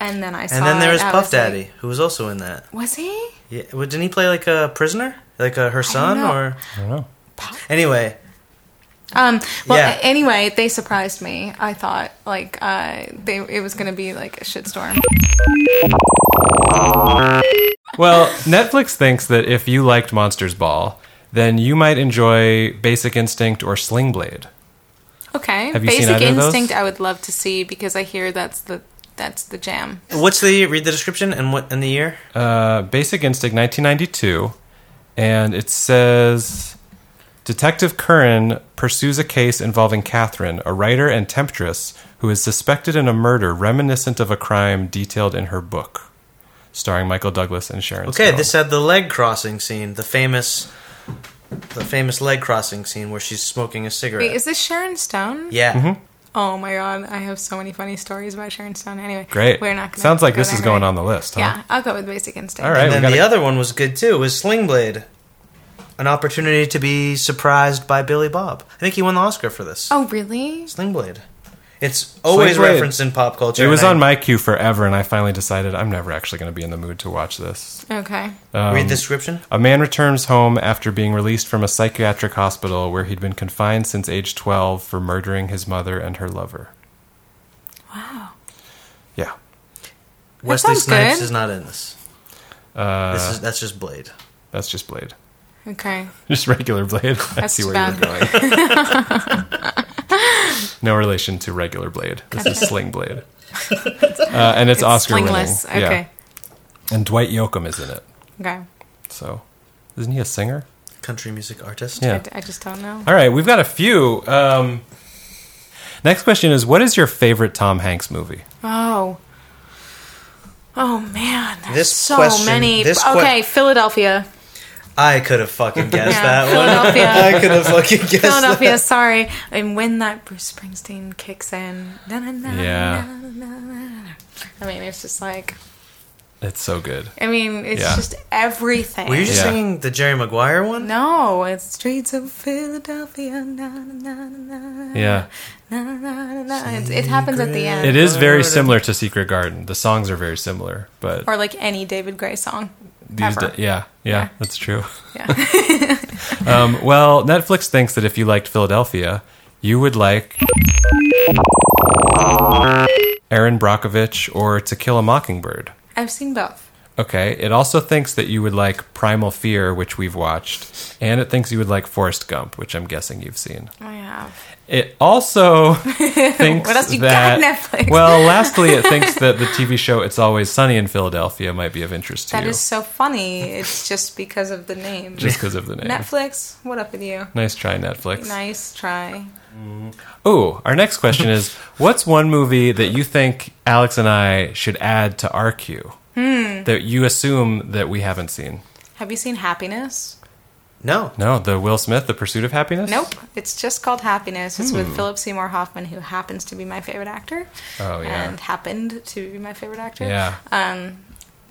Speaker 4: and then I saw
Speaker 1: Mm-hmm. And then there
Speaker 4: it,
Speaker 1: was
Speaker 4: I
Speaker 1: Puff
Speaker 4: like,
Speaker 1: Daddy, who was also in that.
Speaker 4: was he?
Speaker 1: Yeah, well, didn't he play like a prisoner, like uh her son,
Speaker 4: know.
Speaker 1: or
Speaker 3: I don't know.
Speaker 1: anyway?
Speaker 4: Um, well,
Speaker 1: Yeah.
Speaker 4: a- anyway, they surprised me. I thought like uh, they it was gonna be like a shitstorm.
Speaker 3: Well, Netflix thinks that if you liked Monsters Ball, then you might enjoy Basic Instinct or Sling Blade.
Speaker 4: Okay,
Speaker 3: Have you seen
Speaker 4: Basic
Speaker 3: either of those?
Speaker 4: Instinct. I would love to see because I hear that's the that's the jam.
Speaker 1: What's the read the description and what and the year?
Speaker 3: uh, Basic Instinct, 1992, and it says Detective Curran pursues a case involving Catherine, a writer and temptress who is suspected in a murder reminiscent of a crime detailed in her book, starring Michael Douglas and Sharon.
Speaker 1: Okay,
Speaker 3: Stone.
Speaker 1: this had the leg crossing scene, the famous, the famous leg crossing scene where she's smoking a cigarette.
Speaker 4: Wait, is this Sharon Stone?
Speaker 1: yeah,
Speaker 3: Mm-hmm.
Speaker 4: Oh my god, I have so many funny stories about Sharon Stone. Anyway,
Speaker 3: great.
Speaker 4: We're not. Gonna
Speaker 3: Sounds like
Speaker 4: go
Speaker 3: this
Speaker 4: there,
Speaker 3: is going
Speaker 4: right?
Speaker 3: on the list. Huh?
Speaker 4: Yeah, I'll go with Basic Instinct.
Speaker 3: All right.
Speaker 1: and
Speaker 3: we
Speaker 1: then
Speaker 3: gotta-
Speaker 1: the other one was good too. Was Sling Blade, an opportunity to be surprised by Billy Bob. I think he won the Oscar for this.
Speaker 4: Oh really?
Speaker 1: Sling Blade. It's always
Speaker 3: Blade.
Speaker 1: referenced in pop culture.
Speaker 3: It was
Speaker 1: and I
Speaker 3: on my queue forever, and I finally decided I'm never actually going to be in the mood to watch this.
Speaker 4: Okay.
Speaker 3: um,
Speaker 1: read the description.
Speaker 3: A man returns home after being released from a psychiatric hospital where he'd been confined since age 12 for murdering his mother and her lover.
Speaker 4: Wow.
Speaker 3: Yeah.
Speaker 1: Wesley
Speaker 4: sounds
Speaker 1: Snipes
Speaker 4: good.
Speaker 1: is not in this.
Speaker 3: Uh,
Speaker 1: This is that's just Blade.
Speaker 3: that's just Blade.
Speaker 4: Okay.
Speaker 3: Just regular Blade. I
Speaker 4: That's
Speaker 3: see where
Speaker 4: bad.
Speaker 3: you were going. no relation to regular Blade. This is
Speaker 4: Okay.
Speaker 3: Sling Blade. Uh, and it's, Oscar
Speaker 4: Slingless.
Speaker 3: winning.
Speaker 4: Okay.
Speaker 3: Yeah. And Dwight Yoakam is in it.
Speaker 4: Okay.
Speaker 3: So, isn't he a singer?
Speaker 1: Country music artist.
Speaker 4: I
Speaker 3: Yeah.
Speaker 4: d I I just don't know.
Speaker 3: All right, we've got a few. Um, next question is what is your favorite Tom Hanks movie?
Speaker 4: Oh. Oh man, there's
Speaker 1: This
Speaker 4: so
Speaker 1: question-
Speaker 4: many.
Speaker 1: this que-
Speaker 4: okay, Philadelphia.
Speaker 1: I could have fucking guessed
Speaker 4: Yeah,
Speaker 1: that one.
Speaker 4: Philadelphia.
Speaker 1: I could have fucking guessed that.
Speaker 4: Philadelphia, sorry. And when that Bruce Springsteen kicks in. na, na, na,
Speaker 3: Yeah.
Speaker 4: na, na, na, na. I mean, it's just like
Speaker 3: It's so good.
Speaker 4: I mean, it's
Speaker 3: Yeah.
Speaker 4: just everything.
Speaker 1: Were you just
Speaker 3: Yeah.
Speaker 1: singing the Jerry Maguire one?
Speaker 4: no, it's streets of Philadelphia. Na, na, na, na,
Speaker 3: Yeah.
Speaker 4: na, na, na, na. It's, it happens at the end.
Speaker 3: It is very
Speaker 1: Garden.
Speaker 3: similar to Secret Garden. The songs are very similar, but
Speaker 4: Or like any David Gray song.
Speaker 3: these
Speaker 4: ever.
Speaker 3: da- yeah, yeah, that's true.
Speaker 4: Yeah.
Speaker 3: Um, well, Netflix thinks that if you liked Philadelphia, you would like Aaron Brockovich or To Kill a Mockingbird.
Speaker 4: I've seen both.
Speaker 3: Okay. It also thinks that you would like Primal Fear, which we've watched, and it thinks you would like Forrest Gump, which I'm guessing you've seen.
Speaker 4: I have.
Speaker 3: It also thinks
Speaker 4: What else you
Speaker 3: that
Speaker 4: got, Netflix?
Speaker 3: well, lastly, it thinks that the TV show "It's Always Sunny in Philadelphia" might be of interest to
Speaker 4: That
Speaker 3: you,
Speaker 4: is so funny. It's just because of the name.
Speaker 3: just because of the name.
Speaker 4: Netflix, what up with you?
Speaker 3: Nice try, Netflix.
Speaker 4: Nice try.
Speaker 3: Ooh, our next question is: What's one movie that you think Alex and I should add to our queue
Speaker 4: Hmm.
Speaker 3: that you assume that we haven't seen?
Speaker 4: Have you seen Happiness?
Speaker 1: No.
Speaker 3: No, the Will Smith, The Pursuit of Happiness.
Speaker 4: Nope. It's just called Happiness. It's
Speaker 3: Hmm.
Speaker 4: with Philip Seymour Hoffman, who happens to be my favorite actor.
Speaker 3: Oh, yeah.
Speaker 4: And happened to be my favorite actor.
Speaker 3: Yeah.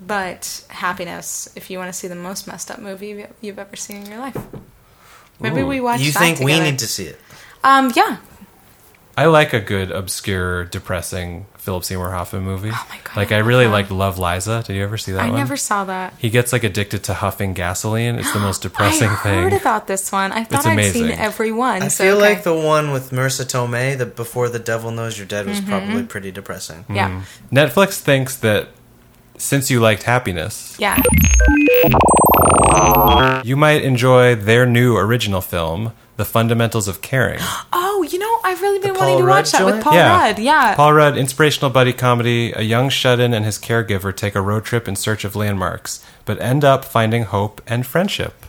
Speaker 4: But Happiness, if you want to see the most messed up movie you've- you've ever seen in your life. Maybe we watch
Speaker 1: You
Speaker 4: that
Speaker 1: think we
Speaker 4: together.
Speaker 1: need to see it?
Speaker 4: Um, yeah.
Speaker 3: I like a good, obscure, depressing Philip Seymour Hoffman movie. Oh
Speaker 4: my God,
Speaker 3: Like
Speaker 4: I
Speaker 3: I
Speaker 4: love
Speaker 3: really
Speaker 4: that.
Speaker 3: liked Love Liza. Did you ever see that
Speaker 4: I
Speaker 3: one?
Speaker 4: never saw that.
Speaker 3: He gets like addicted to huffing gasoline. It's the most depressing
Speaker 4: I
Speaker 3: thing.
Speaker 4: heard about this one. I thought I'd seen
Speaker 3: amazing.
Speaker 4: every one.
Speaker 1: I
Speaker 4: so,
Speaker 1: feel
Speaker 4: okay.
Speaker 1: like the one with Marissa Tomei, the Before the Devil Knows You're Dead, was probably pretty depressing.
Speaker 4: Mm-hmm.
Speaker 3: Mm-hmm.
Speaker 4: yeah,
Speaker 3: Hmm. Netflix thinks that since you liked happiness,
Speaker 4: yeah.
Speaker 3: you might enjoy their new original film, The Fundamentals of Caring.
Speaker 4: Oh, you know, I've really been
Speaker 1: The
Speaker 4: wanting
Speaker 1: Paul
Speaker 4: to
Speaker 1: Rudd
Speaker 4: watch that with
Speaker 1: joint?
Speaker 4: Paul Rudd. Yeah,
Speaker 3: Paul Rudd, inspirational buddy comedy. A young shut in and his caregiver take a road trip in search of landmarks, but end up finding hope and friendship.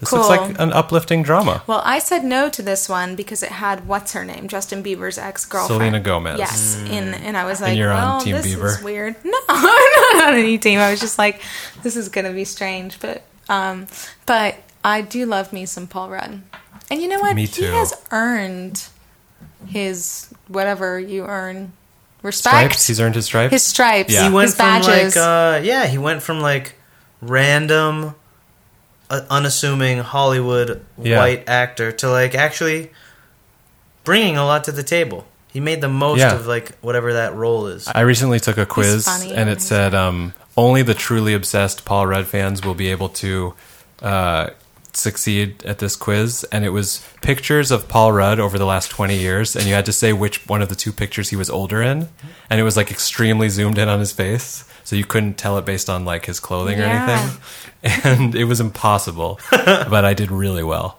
Speaker 3: This looks
Speaker 4: Cool.
Speaker 3: like an uplifting drama.
Speaker 4: Well, I said no to this one because it had what's her name, Justin Bieber's ex girlfriend,
Speaker 3: Selena Gomez.
Speaker 4: Yes, in and I was like,
Speaker 3: you're on
Speaker 4: well,
Speaker 3: Team
Speaker 4: this
Speaker 3: Bieber.
Speaker 4: is weird. No, I'm not on any team. I was just like, this is gonna be strange, but um, but I do love me some Paul Rudd, and you know what?
Speaker 3: Me
Speaker 4: He
Speaker 3: too.
Speaker 4: has earned his whatever you earn respect.
Speaker 3: Stripes. He's earned his stripes.
Speaker 4: his stripes.
Speaker 3: Yeah.
Speaker 1: He went
Speaker 4: his
Speaker 1: from
Speaker 4: badges.
Speaker 1: like, uh, yeah, he went from like random, uh, unassuming Hollywood
Speaker 3: Yeah.
Speaker 1: white actor to like actually bringing a lot to the table. He made the most
Speaker 3: Yeah.
Speaker 1: of like whatever that role is.
Speaker 3: I recently took a quiz
Speaker 4: funny
Speaker 3: and
Speaker 4: and
Speaker 3: it said um, only the truly obsessed Paul Rudd fans will be able to uh, succeed at this quiz. And it was pictures of Paul Rudd over the last 20 years. And you had to say which one of the two pictures he was older in. And it was like extremely zoomed in on his face. So you couldn't tell it based on like his clothing
Speaker 4: Yeah.
Speaker 3: or anything. And it was impossible. but I did really well.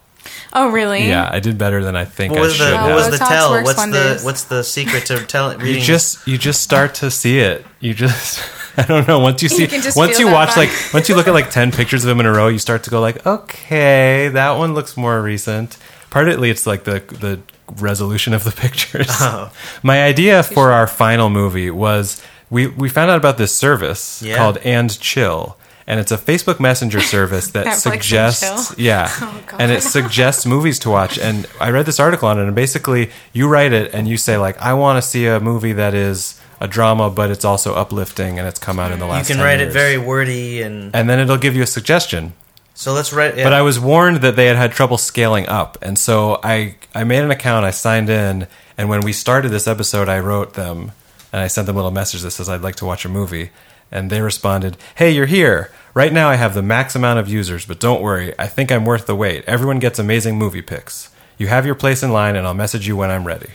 Speaker 4: oh, really?
Speaker 3: Yeah, I did better than I think
Speaker 1: what
Speaker 3: I
Speaker 1: was
Speaker 3: should
Speaker 1: the
Speaker 3: have.
Speaker 1: what was the
Speaker 4: Botox
Speaker 1: tell?
Speaker 4: works
Speaker 1: What's the
Speaker 4: wonders.
Speaker 1: what's the secret to tell reading?
Speaker 3: you just you just start to see it you just i don't know once you see
Speaker 4: can just
Speaker 3: once
Speaker 4: feel
Speaker 3: you
Speaker 4: that
Speaker 3: watch
Speaker 4: vibe.
Speaker 3: like once you look at like 10 pictures of him in a row you start to go like okay that one looks more recent partly it's like the the resolution of the pictures
Speaker 1: Oh.
Speaker 3: my idea for our final movie was we we found out about this service
Speaker 1: Yeah.
Speaker 3: called and chill and it's a facebook messenger service that
Speaker 4: Netflix and
Speaker 3: suggests
Speaker 4: Chill.
Speaker 3: yeah.
Speaker 1: Oh,
Speaker 4: God.
Speaker 3: and it suggests movies to watch. And I read this article on it, and basically, you write it and you say, like, I want to see a movie that is a drama, but it's also uplifting and it's come out in the
Speaker 1: you
Speaker 3: last
Speaker 1: can
Speaker 3: 10
Speaker 1: write it
Speaker 3: years.
Speaker 1: very wordy and
Speaker 3: And then it'll give you a suggestion.
Speaker 1: so let's write. Yeah.
Speaker 3: But I was warned that they had had trouble scaling up. And so I, I made an account, I signed in, and when we started this episode, I wrote them and I sent them a little message that says, I'd like to watch a movie. And they responded, Hey, you're here. Right now I have the max amount of users, but don't worry, I think I'm worth the wait. Everyone gets amazing movie picks. You have your place in line, and I'll message you when I'm ready.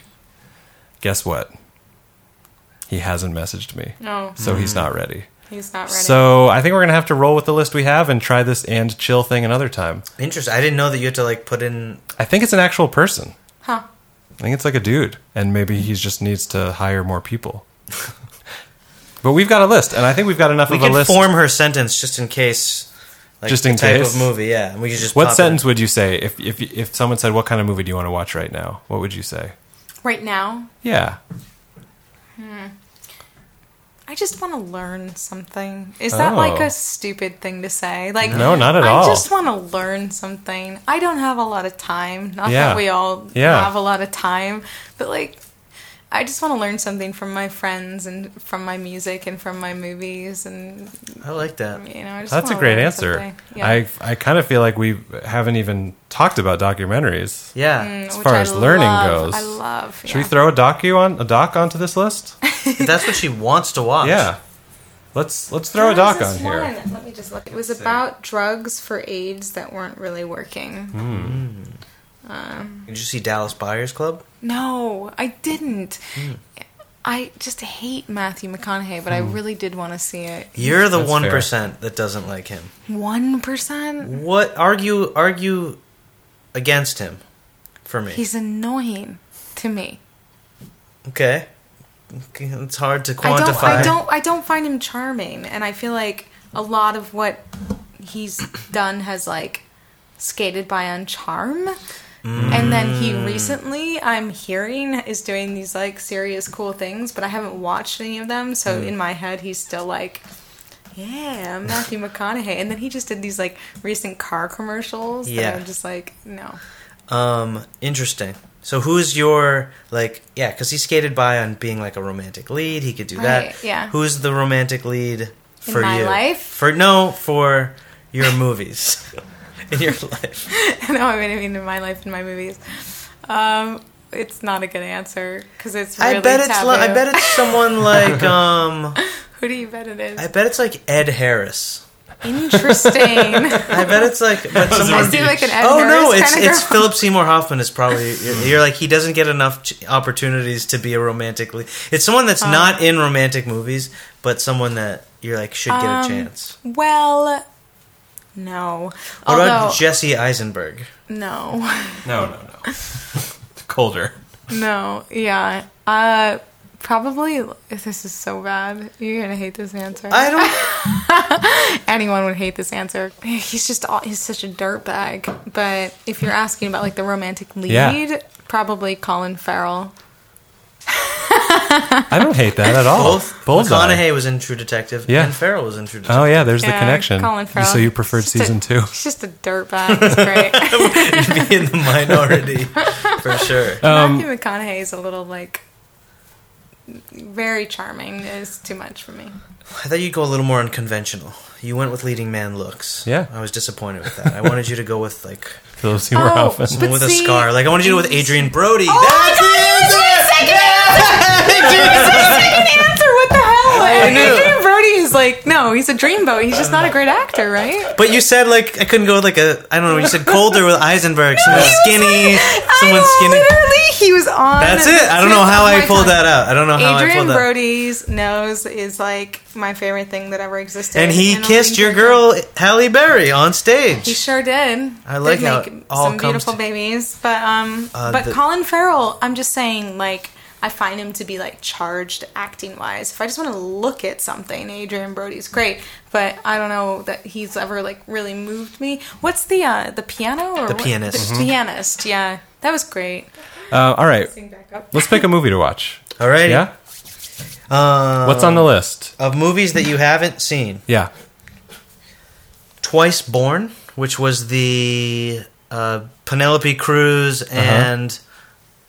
Speaker 3: Guess what? He hasn't messaged me.
Speaker 4: No,
Speaker 3: So he's not ready.
Speaker 4: he's not ready.
Speaker 3: So I think we're going to have to roll with the list we have and try this and chill thing another time.
Speaker 1: Interesting. I didn't know that you had to like put in.
Speaker 3: I think it's an actual person.
Speaker 4: huh?
Speaker 3: I think it's like a dude, and maybe he just needs to hire more people. but we've got a list, and I think we've got enough
Speaker 1: We
Speaker 3: of a
Speaker 1: could
Speaker 3: list.
Speaker 1: form her sentence just in case. Like
Speaker 3: Just
Speaker 1: the
Speaker 3: in
Speaker 1: type
Speaker 3: case?
Speaker 1: of movie, yeah. And we could just
Speaker 3: what
Speaker 1: pop it
Speaker 3: sentence would you say if, if if someone said, "What kind of movie do you want to watch right now?" What would you say?
Speaker 4: Right now,
Speaker 3: Yeah,
Speaker 4: I just want to learn something. Is that like
Speaker 3: Oh.
Speaker 4: a stupid thing to say? Like
Speaker 3: No, not at
Speaker 4: I
Speaker 3: all.
Speaker 4: just want to learn something. I don't have a lot of time. Not
Speaker 3: Yeah.
Speaker 4: that we all
Speaker 3: Yeah.
Speaker 4: have a lot of time, but like I just want to learn something from my friends and from my music and from my movies and
Speaker 1: I like that.
Speaker 4: you know. I just
Speaker 3: That's a
Speaker 4: wanna
Speaker 3: great
Speaker 4: learn
Speaker 3: answer.
Speaker 4: something. Yeah.
Speaker 3: I I kind of feel like we haven't even talked about documentaries.
Speaker 1: Yeah,
Speaker 4: as
Speaker 3: far as learning goes.
Speaker 4: I Mm, love.
Speaker 3: Should we
Speaker 4: yeah.
Speaker 3: throw a docu on a doc onto this list?
Speaker 1: If that's what she wants to watch.
Speaker 3: yeah. Let's let's throw a
Speaker 4: There was
Speaker 3: doc
Speaker 4: this
Speaker 3: on here.
Speaker 4: one- Let me just look. It was about drugs for AIDS that weren't really working.
Speaker 1: Did you see Dallas Buyers Club?
Speaker 4: No, I didn't.
Speaker 1: Hmm.
Speaker 4: I just hate Matthew McConaughey, but I really did want to see it.
Speaker 1: You're the
Speaker 3: That's
Speaker 1: one percent that doesn't like him.
Speaker 4: One percent.
Speaker 1: What argue argue against him for me?
Speaker 4: He's annoying to me.
Speaker 1: okay. Okay, It's hard to
Speaker 4: I
Speaker 1: quantify.
Speaker 4: don't. I don't. I don't find him charming, and I feel like a lot of what he's done has like skated by on charm.
Speaker 1: Mm.
Speaker 4: And then he recently, I'm hearing, is doing these like serious cool things, but I haven't watched any of them. So
Speaker 1: Mm.
Speaker 4: in my head, he's still like, "Yeah, I'm Matthew McConaughey." And then he just did these like recent car commercials.
Speaker 1: Yeah.
Speaker 4: that I'm just like, no.
Speaker 1: Um, interesting. So who's your like? Yeah, because he skated by on being like a romantic lead. He could do
Speaker 4: Right,
Speaker 1: that.
Speaker 4: yeah.
Speaker 1: Who's the romantic lead for
Speaker 4: my
Speaker 1: you?
Speaker 4: life?
Speaker 1: For no, for your movies. In your life,
Speaker 4: no, I mean, I mean, in my life, in my movies, um, it's not a good answer because it's. Really
Speaker 1: I bet it's
Speaker 4: taboo.
Speaker 1: li- I bet it's someone like um
Speaker 4: Who do you bet it is?
Speaker 1: I bet it's like Ed Harris.
Speaker 4: Interesting.
Speaker 1: I bet it's like but
Speaker 4: I
Speaker 1: someone,
Speaker 4: see like an Ed
Speaker 1: oh
Speaker 4: Harris
Speaker 1: no, it's
Speaker 4: kind of
Speaker 1: it's Philip Seymour Hoffman is probably you're, you're like he doesn't get enough ch- opportunities to be a romantic lead. It's someone that's not in romantic movies, but someone that you're like should get
Speaker 4: Um,
Speaker 1: a chance.
Speaker 4: well, no.
Speaker 1: What
Speaker 4: Although,
Speaker 1: about Jesse Eisenberg?
Speaker 4: no,
Speaker 3: No, no, no. It's colder.
Speaker 4: no, yeah. Uh, probably. This is so bad. You're gonna hate this answer.
Speaker 1: I don't.
Speaker 4: Anyone would hate this answer. He's just all, he's such a dirtbag. But if you're asking about like the romantic lead,
Speaker 3: Yeah.
Speaker 4: probably Colin Farrell.
Speaker 3: I don't hate that
Speaker 4: Oh,
Speaker 3: at all.
Speaker 1: Both
Speaker 3: Bullseye.
Speaker 1: McConaughey was in True Detective,
Speaker 3: Yeah.
Speaker 1: and Farrell was in True Detective.
Speaker 3: Oh yeah, there's the
Speaker 4: Yeah,
Speaker 3: connection.
Speaker 4: Colin Farrell.
Speaker 3: So you preferred
Speaker 4: He's just a-
Speaker 3: season two.
Speaker 4: He's just a dirtbag. It's
Speaker 1: You'd
Speaker 4: great.
Speaker 1: be in the minority for sure.
Speaker 3: Um,
Speaker 4: Matthew McConaughey is a little like very charming. Is too much for me.
Speaker 1: I thought you'd go a little more unconventional. You went with leading man looks.
Speaker 3: Yeah.
Speaker 1: I was disappointed with that. I wanted you to go with like
Speaker 3: Philip Seymour
Speaker 4: Oh.
Speaker 3: Hoffman.
Speaker 1: someone
Speaker 4: But
Speaker 1: with
Speaker 4: see-
Speaker 1: a scar. Like I wanted you to go with Adrian Brody.
Speaker 4: Oh
Speaker 1: That's
Speaker 4: my god! It was my second answer. It was my second answer. What the hell? And
Speaker 1: knew.
Speaker 4: Adrian Brody is like, no, he's a dreamboat. He's just not a great actor, right?
Speaker 1: But you said like I couldn't go with like a I don't know. You said colder with Eisenberg. someone
Speaker 4: he was
Speaker 1: skinny.
Speaker 4: I
Speaker 1: someone skinny.
Speaker 4: Literally, he was on.
Speaker 1: That's it. I don't know how I pulled that out. I don't know how I
Speaker 4: Adrian
Speaker 1: pulled that.
Speaker 4: Brody's nose is like my favorite thing that ever existed.
Speaker 1: And he
Speaker 4: I don't
Speaker 1: kissed
Speaker 4: think
Speaker 1: your
Speaker 4: that-
Speaker 1: girl Halle Berry on
Speaker 4: He
Speaker 1: stage.
Speaker 4: sure did.
Speaker 1: I like
Speaker 4: did
Speaker 1: how
Speaker 4: make
Speaker 1: it all
Speaker 4: some
Speaker 1: comes
Speaker 4: beautiful
Speaker 1: to-
Speaker 4: babies, but um,
Speaker 1: Uh,
Speaker 4: but
Speaker 1: the-
Speaker 4: Colin Farrell, I'm just saying, like, I find him to be like charged acting wise. If I just want to look at something, Adrian Brody's great, but I don't know that he's ever like really moved me. What's the uh, the piano or
Speaker 1: The
Speaker 4: what-
Speaker 1: Pianist. Mm-hmm.
Speaker 4: The pianist, yeah, that was great.
Speaker 3: Uh, all right,
Speaker 4: Sing back up.
Speaker 3: let's pick a movie to watch.
Speaker 1: All right.
Speaker 3: Yeah.
Speaker 1: Uh,
Speaker 3: What's on the list?
Speaker 1: of movies that you haven't seen?
Speaker 3: Yeah.
Speaker 1: Twice Born, which was the uh, Penelope Cruz and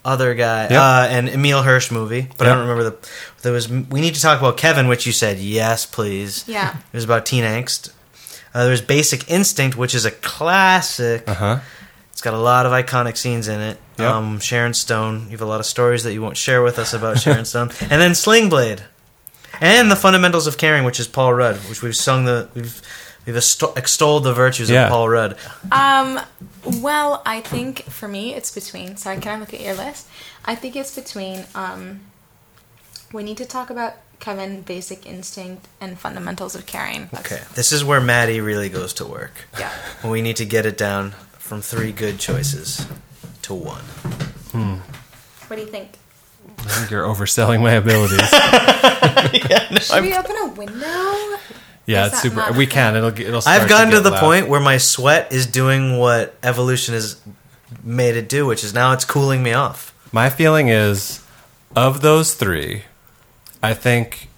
Speaker 1: other guy,
Speaker 3: Uh-huh. Yep.
Speaker 1: uh, and Emil Hirsch movie, but I
Speaker 3: Yep.
Speaker 1: don't remember the. There was we need to talk about Kevin, which you said yes, please.
Speaker 4: Yeah.
Speaker 1: it was about teen angst. Uh, there's Basic Instinct, which is a classic.
Speaker 3: Uh huh.
Speaker 1: It's got a lot of iconic scenes in it.
Speaker 3: Yep.
Speaker 1: Um, Sharon Stone, you have a lot of stories that you won't share with us about Sharon Stone, and then Sling Blade, and the fundamentals of caring, which is Paul Rudd, which we've sung the we've we've esto- extolled the virtues
Speaker 3: Yeah.
Speaker 1: of Paul Rudd.
Speaker 4: Um, well, I think for me, it's between. Sorry, can I look at your list? I think it's between. Um, we need to talk about Kevin, Basic Instinct, and Fundamentals of Caring. That's-
Speaker 1: Okay, this is where Maddie really goes to work.
Speaker 4: Yeah.
Speaker 1: When we need to get it down from three good choices to one.
Speaker 4: What do you think?
Speaker 3: I think you're overselling my abilities.
Speaker 4: Should we open a window?
Speaker 3: Yeah,
Speaker 4: Is
Speaker 3: it's
Speaker 4: that
Speaker 3: super.
Speaker 4: not-
Speaker 3: We can. It'll. It'll. Start
Speaker 1: I've gotten to,
Speaker 3: get
Speaker 1: the
Speaker 3: loud.
Speaker 1: point where my sweat is doing what evolution has made it do, which is now it's cooling me off.
Speaker 3: My feeling is, of those three, I think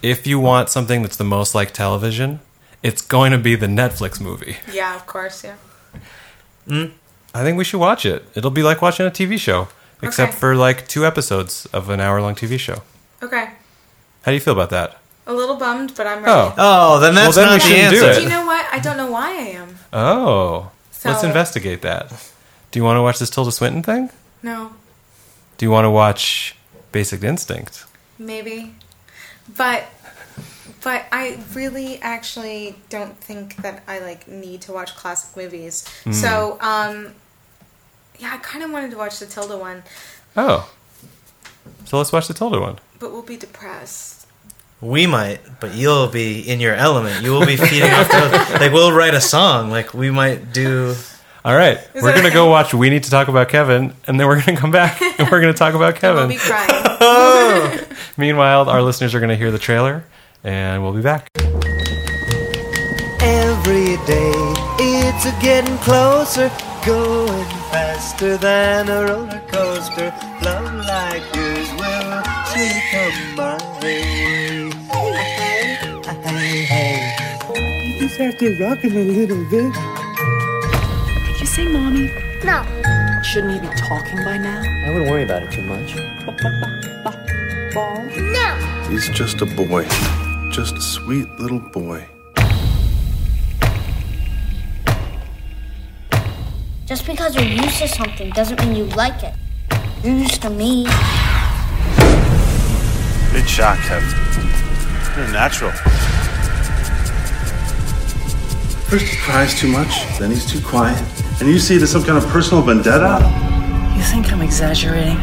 Speaker 3: if you want something that's the most like television, it's going to be the Netflix movie.
Speaker 4: Yeah, of course. Yeah.
Speaker 3: I think we should watch it. It'll be like watching a TV show. except
Speaker 4: Okay.
Speaker 3: for like two episodes of an hour long TV show.
Speaker 4: Okay.
Speaker 3: How do you feel about that?
Speaker 4: A little bummed, but I'm ready.
Speaker 3: Oh.
Speaker 1: Oh, then that's
Speaker 3: Well, then we
Speaker 1: not the
Speaker 3: shouldn't do
Speaker 1: answer.
Speaker 3: it.
Speaker 4: Do you know what? I don't know why I am.
Speaker 3: Oh.
Speaker 4: So-
Speaker 3: Let's investigate that. Do you want to watch this Tilda Swinton thing?
Speaker 4: No,
Speaker 3: Do you want to watch Basic Instinct?
Speaker 4: maybe. But but I really actually don't think that I like need to watch classic movies.
Speaker 3: Mm.
Speaker 4: So, um yeah, I kind of wanted to watch the Tilda one,
Speaker 3: Oh. So let's watch the Tilda one.
Speaker 4: but we'll be depressed.
Speaker 1: We might, but you'll be in your element. You will be feeding off the like. We'll write a song. Like we might do.
Speaker 3: All right.
Speaker 4: Is
Speaker 3: we're
Speaker 4: that-
Speaker 3: going to go watch We Need to Talk About Kevin, and then we're going to come back and we're going to talk about
Speaker 4: We'll
Speaker 3: Kevin.
Speaker 4: be crying.
Speaker 3: Meanwhile, our listeners are going to hear the trailer, and we'll be back.
Speaker 5: Every day it's a getting closer, going faster than a roller coaster. Love like yours will soon come my way. Hey, hey.
Speaker 6: You just have to rock him a little bit.
Speaker 7: Did you say mommy?
Speaker 8: No.
Speaker 7: Shouldn't he be talking by now?
Speaker 5: I wouldn't worry about it too much.
Speaker 8: No.
Speaker 9: He's just a boy. Just a sweet little boy.
Speaker 8: Just because you're used to something doesn't mean you like it. You're used to me.
Speaker 10: Good shot, Kev. You're natural. First he cries too much, then he's too quiet. And you see it as some kind of personal vendetta?
Speaker 7: You think I'm exaggerating?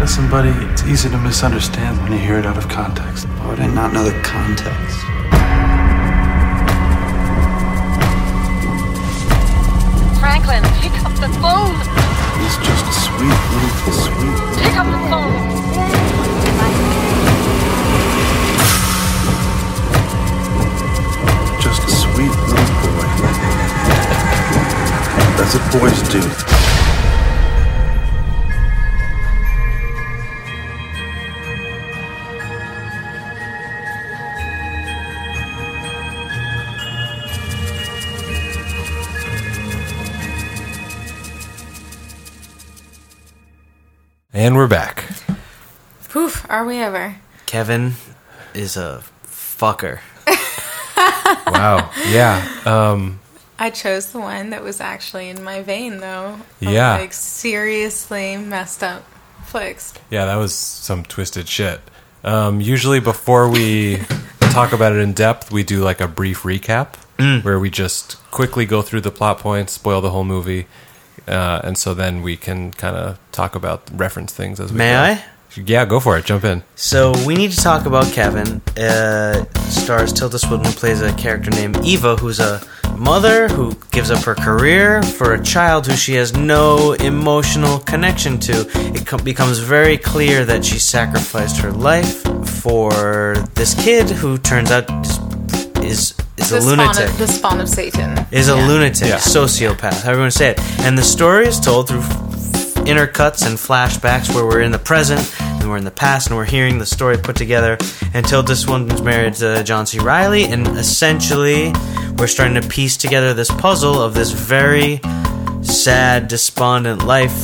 Speaker 10: Listen, buddy, it's easy to misunderstand when you hear it out of context.
Speaker 5: Why would I not know the context?
Speaker 8: Franklin, pick up the phone.
Speaker 9: He's just a sweet little, sweet
Speaker 8: Pick up the phone.
Speaker 9: just a sweet little boy. That's what boys do.
Speaker 3: And we're back.
Speaker 4: Poof, are we ever?
Speaker 1: Kevin is a fucker.
Speaker 3: Wow. Yeah. Um,
Speaker 4: I chose the one that was actually in my vein though. Of,
Speaker 3: Yeah.
Speaker 4: Like seriously messed up flicks.
Speaker 3: yeah, that was some twisted shit. Um, usually, before we talk about it in depth, we do like a brief recap
Speaker 1: Mm.
Speaker 3: where we just quickly go through the plot points, spoil the whole movie, uh, and so then we can kind of talk about reference things as we
Speaker 1: May
Speaker 3: go.
Speaker 1: I?
Speaker 3: Yeah, go for it. Jump in.
Speaker 1: So we need to talk about Kevin. Uh, stars Tilda Swinton plays a character named Eva, who's a mother who gives up her career for a child who she has no emotional connection to. It com- becomes very clear that she sacrificed her life for this kid who turns out is is a
Speaker 4: the
Speaker 1: lunatic
Speaker 4: Spawn of, the spawn of Satan.
Speaker 1: is a lunatic,
Speaker 3: Yeah.
Speaker 1: sociopath, however you want to say it. And the story is told through f- intercuts and flashbacks where we're in the present and we're in the past and we're hearing the story put together until this one's married to John C. Riley. And essentially, we're starting to piece together this puzzle of this very sad, despondent life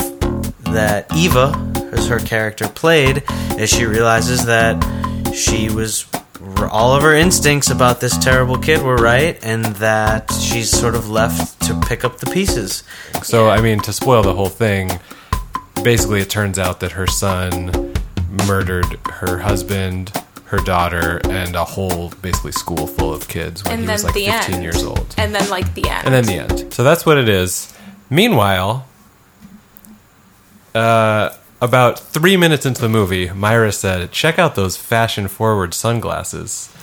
Speaker 1: that Eva, as her character, played as she realizes that she was all of her instincts about this terrible kid were right and that she's sort of left to pick up the pieces.
Speaker 3: So, I mean, to spoil the whole thing, basically it turns out that her son murdered her husband, her daughter, and a whole basically school full of kids when
Speaker 4: And
Speaker 3: he
Speaker 4: then
Speaker 3: was like
Speaker 4: the
Speaker 3: 15
Speaker 4: end.
Speaker 3: years old.
Speaker 4: And then like the end.
Speaker 3: And then the end. So that's what it is. Meanwhile, uh, about three minutes into the movie, Myra said, check out those fashion forward sunglasses.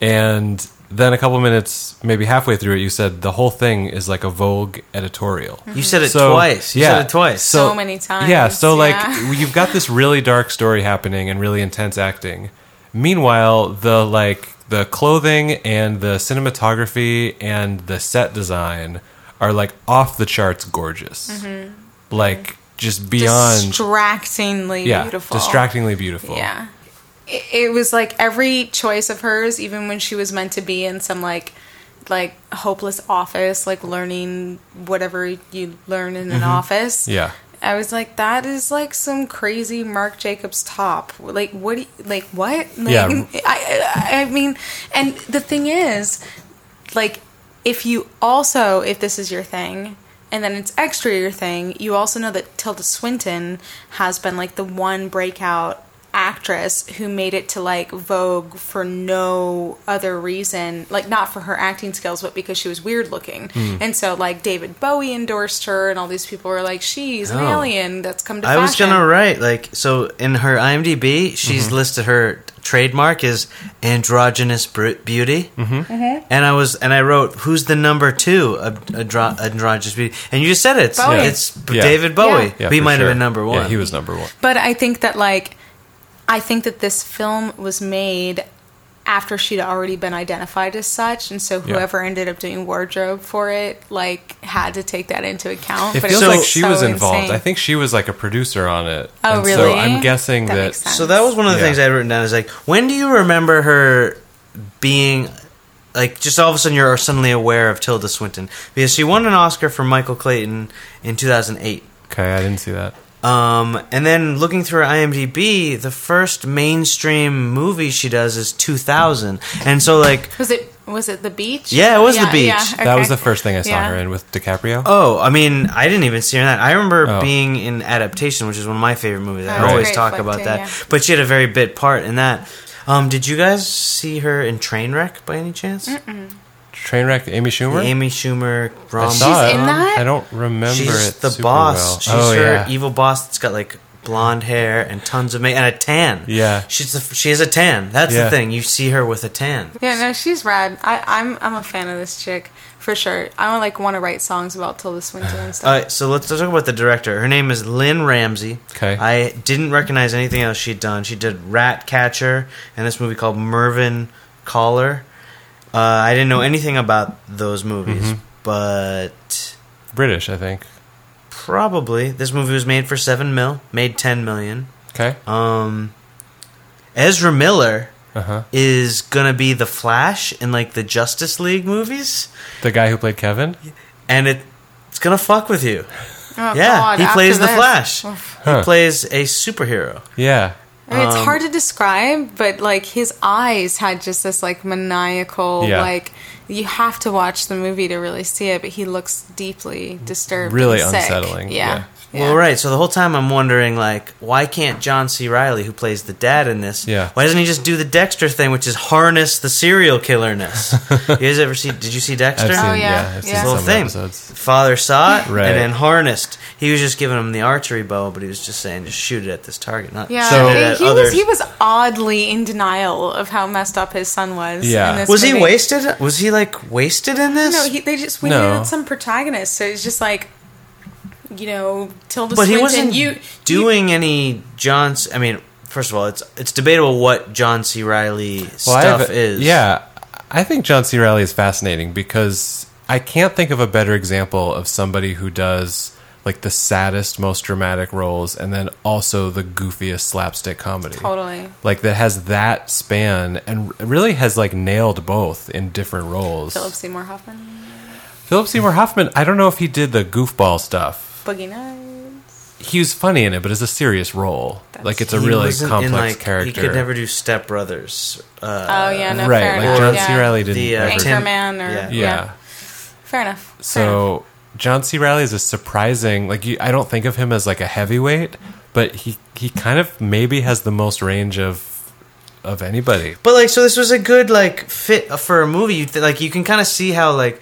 Speaker 3: And then a couple minutes, maybe halfway through it, you said the whole thing is like a Vogue editorial.
Speaker 1: You said it twice. You said it twice.
Speaker 4: So many times,
Speaker 3: Yeah, so
Speaker 4: yeah.
Speaker 3: like you've got this really dark story happening and really intense acting. Meanwhile, the like the clothing and the cinematography and the set design are like off the charts gorgeous.
Speaker 4: Mm-hmm.
Speaker 3: Like just beyond
Speaker 4: distractingly
Speaker 3: yeah,
Speaker 4: beautiful.
Speaker 3: distractingly beautiful.
Speaker 4: Yeah. It, it was like every choice of hers, even when she was meant to be in some like like hopeless office, like learning whatever you learn in an office.
Speaker 3: Mm-hmm. Yeah.
Speaker 4: I was like, that is like some crazy Marc Jacobs top. Like what? Do you, like what? Like,
Speaker 3: Yeah.
Speaker 4: I, I I mean, and the thing is, like, if you also if this is your thing. And then it's extra your thing. You also know that Tilda Swinton has been like the one breakout actress who made it to like Vogue for no other reason, like not for her acting skills, but because she was weird looking.
Speaker 1: Mm.
Speaker 4: And so like David Bowie endorsed her, and all these people were like, she's an
Speaker 1: Oh.
Speaker 4: alien that's come to
Speaker 1: I
Speaker 4: fashion.
Speaker 1: was gonna write like so in her IMDb, she's
Speaker 4: Mhm.
Speaker 3: Mm-hmm.
Speaker 1: listed her trademark is androgynous br- beauty, mm-hmm.
Speaker 4: Mhm.
Speaker 1: and I was and I wrote who's the number two of andro- androgynous beauty, and you just said it.
Speaker 4: Bowie.
Speaker 1: It's
Speaker 3: Yeah.
Speaker 1: David Bowie.
Speaker 4: Yeah.
Speaker 3: Yeah,
Speaker 1: he
Speaker 3: for
Speaker 1: might
Speaker 3: sure.
Speaker 1: have been number
Speaker 3: Yeah,
Speaker 1: one.
Speaker 3: he was number one.
Speaker 4: But I think that like I think that this film was made after she'd already been identified as such, and so
Speaker 3: Yeah.
Speaker 4: whoever ended up doing wardrobe for it like had to take that into account.
Speaker 3: It
Speaker 4: but
Speaker 3: feels
Speaker 4: was
Speaker 3: like she
Speaker 4: Oh so
Speaker 3: was involved.
Speaker 4: insane.
Speaker 3: I think she was like a producer on it.
Speaker 4: Oh,
Speaker 3: and So
Speaker 4: really?
Speaker 3: I'm guessing
Speaker 4: That
Speaker 3: that.
Speaker 4: makes sense.
Speaker 1: So that was one of the
Speaker 3: Yeah.
Speaker 1: things I had written down. Is like, when do you remember her being like just all of a sudden you're suddenly aware of Tilda Swinton because she won an Oscar for Michael Clayton in 2008.
Speaker 3: Okay, I didn't see that.
Speaker 1: Um, and then looking through her IMDb, the first mainstream movie she does is 2000, and so like,
Speaker 4: was it was it the beach?
Speaker 1: Yeah, it was The Beach.
Speaker 3: That was
Speaker 4: okay.
Speaker 3: the first thing I saw
Speaker 4: Yeah.
Speaker 3: her in with DiCaprio.
Speaker 1: oh, I mean, I didn't even see her in that. I remember
Speaker 3: Oh.
Speaker 1: being in Adaptation, which is one of my favorite movies.
Speaker 4: That
Speaker 1: I
Speaker 4: was
Speaker 1: always
Speaker 4: Oh, great
Speaker 1: talk
Speaker 4: flick
Speaker 1: about
Speaker 4: too,
Speaker 1: that.
Speaker 4: yeah.
Speaker 1: But she had a very bit part in that. Um, did you guys see her in Trainwreck by any chance?
Speaker 3: Trainwreck, Amy Schumer.
Speaker 1: Amy Schumer rom
Speaker 3: I saw
Speaker 4: She's
Speaker 3: it.
Speaker 4: in that?
Speaker 3: I don't remember
Speaker 1: She's
Speaker 3: it.
Speaker 1: the
Speaker 3: super well.
Speaker 1: boss.
Speaker 3: oh
Speaker 1: She's her
Speaker 3: yeah.
Speaker 1: evil boss that's got like blonde hair and tons of makeup and a tan.
Speaker 3: Yeah.
Speaker 1: she's the, she has a tan. That's
Speaker 3: Yeah.
Speaker 1: the thing. You see her with a tan.
Speaker 4: Yeah, no, she's rad. I, I'm I'm a fan of this chick for sure. I like want to write songs about Tilda Swinton and
Speaker 1: All
Speaker 4: stuff.
Speaker 1: right, so let's, let's talk about the director. Her name is Lynn Ramsey.
Speaker 3: Okay.
Speaker 1: I didn't recognize anything else she'd done. She did Rat Catcher and this movie called Mervyn Caller. Uh, I didn't know anything about those movies,
Speaker 3: Mhm.
Speaker 1: but
Speaker 3: British, I think.
Speaker 1: probably this movie was made for seven mil, made ten million.
Speaker 3: Okay.
Speaker 1: Um, Ezra Miller
Speaker 3: Uh huh.
Speaker 1: is gonna be the Flash in like the Justice League movies,
Speaker 3: The guy who played Kevin.
Speaker 1: and it, it's gonna fuck with you.
Speaker 3: Uh,
Speaker 4: Oh,
Speaker 1: yeah,
Speaker 4: God,
Speaker 1: he
Speaker 4: after
Speaker 1: plays the
Speaker 4: this.
Speaker 1: Flash.
Speaker 4: Oof.
Speaker 3: Huh.
Speaker 1: He plays a superhero.
Speaker 3: Yeah.
Speaker 4: I mean, it's
Speaker 1: Um,
Speaker 4: hard to describe, but like his eyes had just this like maniacal
Speaker 3: Yeah.
Speaker 4: like. You have to watch the movie to really see it, but he looks deeply disturbed.
Speaker 3: Really
Speaker 4: and sick.
Speaker 3: unsettling,
Speaker 4: Yeah. yeah.
Speaker 1: Well, right. So the whole time I'm wondering, like, why can't John C. Riley, who plays the dad in this,
Speaker 3: Yeah.
Speaker 1: why doesn't he just do the Dexter thing, which is harness the serial killerness? you guys ever see? Did you see Dexter?
Speaker 3: I've seen.
Speaker 4: Oh, yeah,
Speaker 3: yeah. I've
Speaker 4: yeah.
Speaker 3: seen
Speaker 1: Little
Speaker 3: some
Speaker 1: thing.
Speaker 3: episodes.
Speaker 1: Father saw it
Speaker 3: Right.
Speaker 1: and then harnessed. He was just giving him the archery bow, but he was just saying, just shoot it at this target, not
Speaker 4: Yeah,
Speaker 1: shoot
Speaker 3: So-
Speaker 1: it
Speaker 4: he-
Speaker 1: at
Speaker 4: he
Speaker 1: others.
Speaker 4: was he was oddly in denial of how messed up his son was.
Speaker 3: Yeah.
Speaker 4: in this
Speaker 1: Was he
Speaker 4: movie.
Speaker 1: wasted? Was he like wasted in this?
Speaker 4: No, he, they just we
Speaker 3: No.
Speaker 4: needed some protagonist, so it's just like, you know, Tilda
Speaker 1: but
Speaker 4: Swinton.
Speaker 1: he wasn't
Speaker 4: you
Speaker 1: doing any John. C- I mean, first of all, it's it's debatable what John C. Riley
Speaker 3: Well, I have-
Speaker 1: stuff is.
Speaker 3: Yeah, I think John C. Riley is fascinating because I can't think of a better example of somebody who does like the saddest, most dramatic roles, and then also the goofiest slapstick comedy.
Speaker 4: Totally.
Speaker 3: Like that has that span and r- really has like nailed both in different roles.
Speaker 4: Philip Seymour Hoffman,
Speaker 3: Philip Seymour Hoffman. I don't know if he did the goofball stuff.
Speaker 4: Boogie Nights.
Speaker 3: He was funny in it, but it's a serious role.
Speaker 4: That's-
Speaker 3: like it's a
Speaker 1: He
Speaker 3: really
Speaker 1: wasn't
Speaker 3: complex
Speaker 1: in, like,
Speaker 3: character.
Speaker 1: He could never do Step Brothers.
Speaker 4: Oh
Speaker 1: Uh,
Speaker 4: yeah, no,
Speaker 3: right,
Speaker 4: fair
Speaker 3: like
Speaker 4: enough.
Speaker 3: John
Speaker 4: yeah.
Speaker 3: C. Riley didn't.
Speaker 1: The, uh,
Speaker 3: ever-
Speaker 1: Tim-
Speaker 4: Anchorman, or
Speaker 1: Yeah.
Speaker 4: yeah.
Speaker 3: yeah.
Speaker 4: fair enough. fair enough.
Speaker 3: So John C. Riley is a surprising. Like you, I don't think of him as like a heavyweight, but he he kind of maybe has the most range of of anybody.
Speaker 1: But like, so this was a good like fit for a movie. You th- like, you can kind of see how like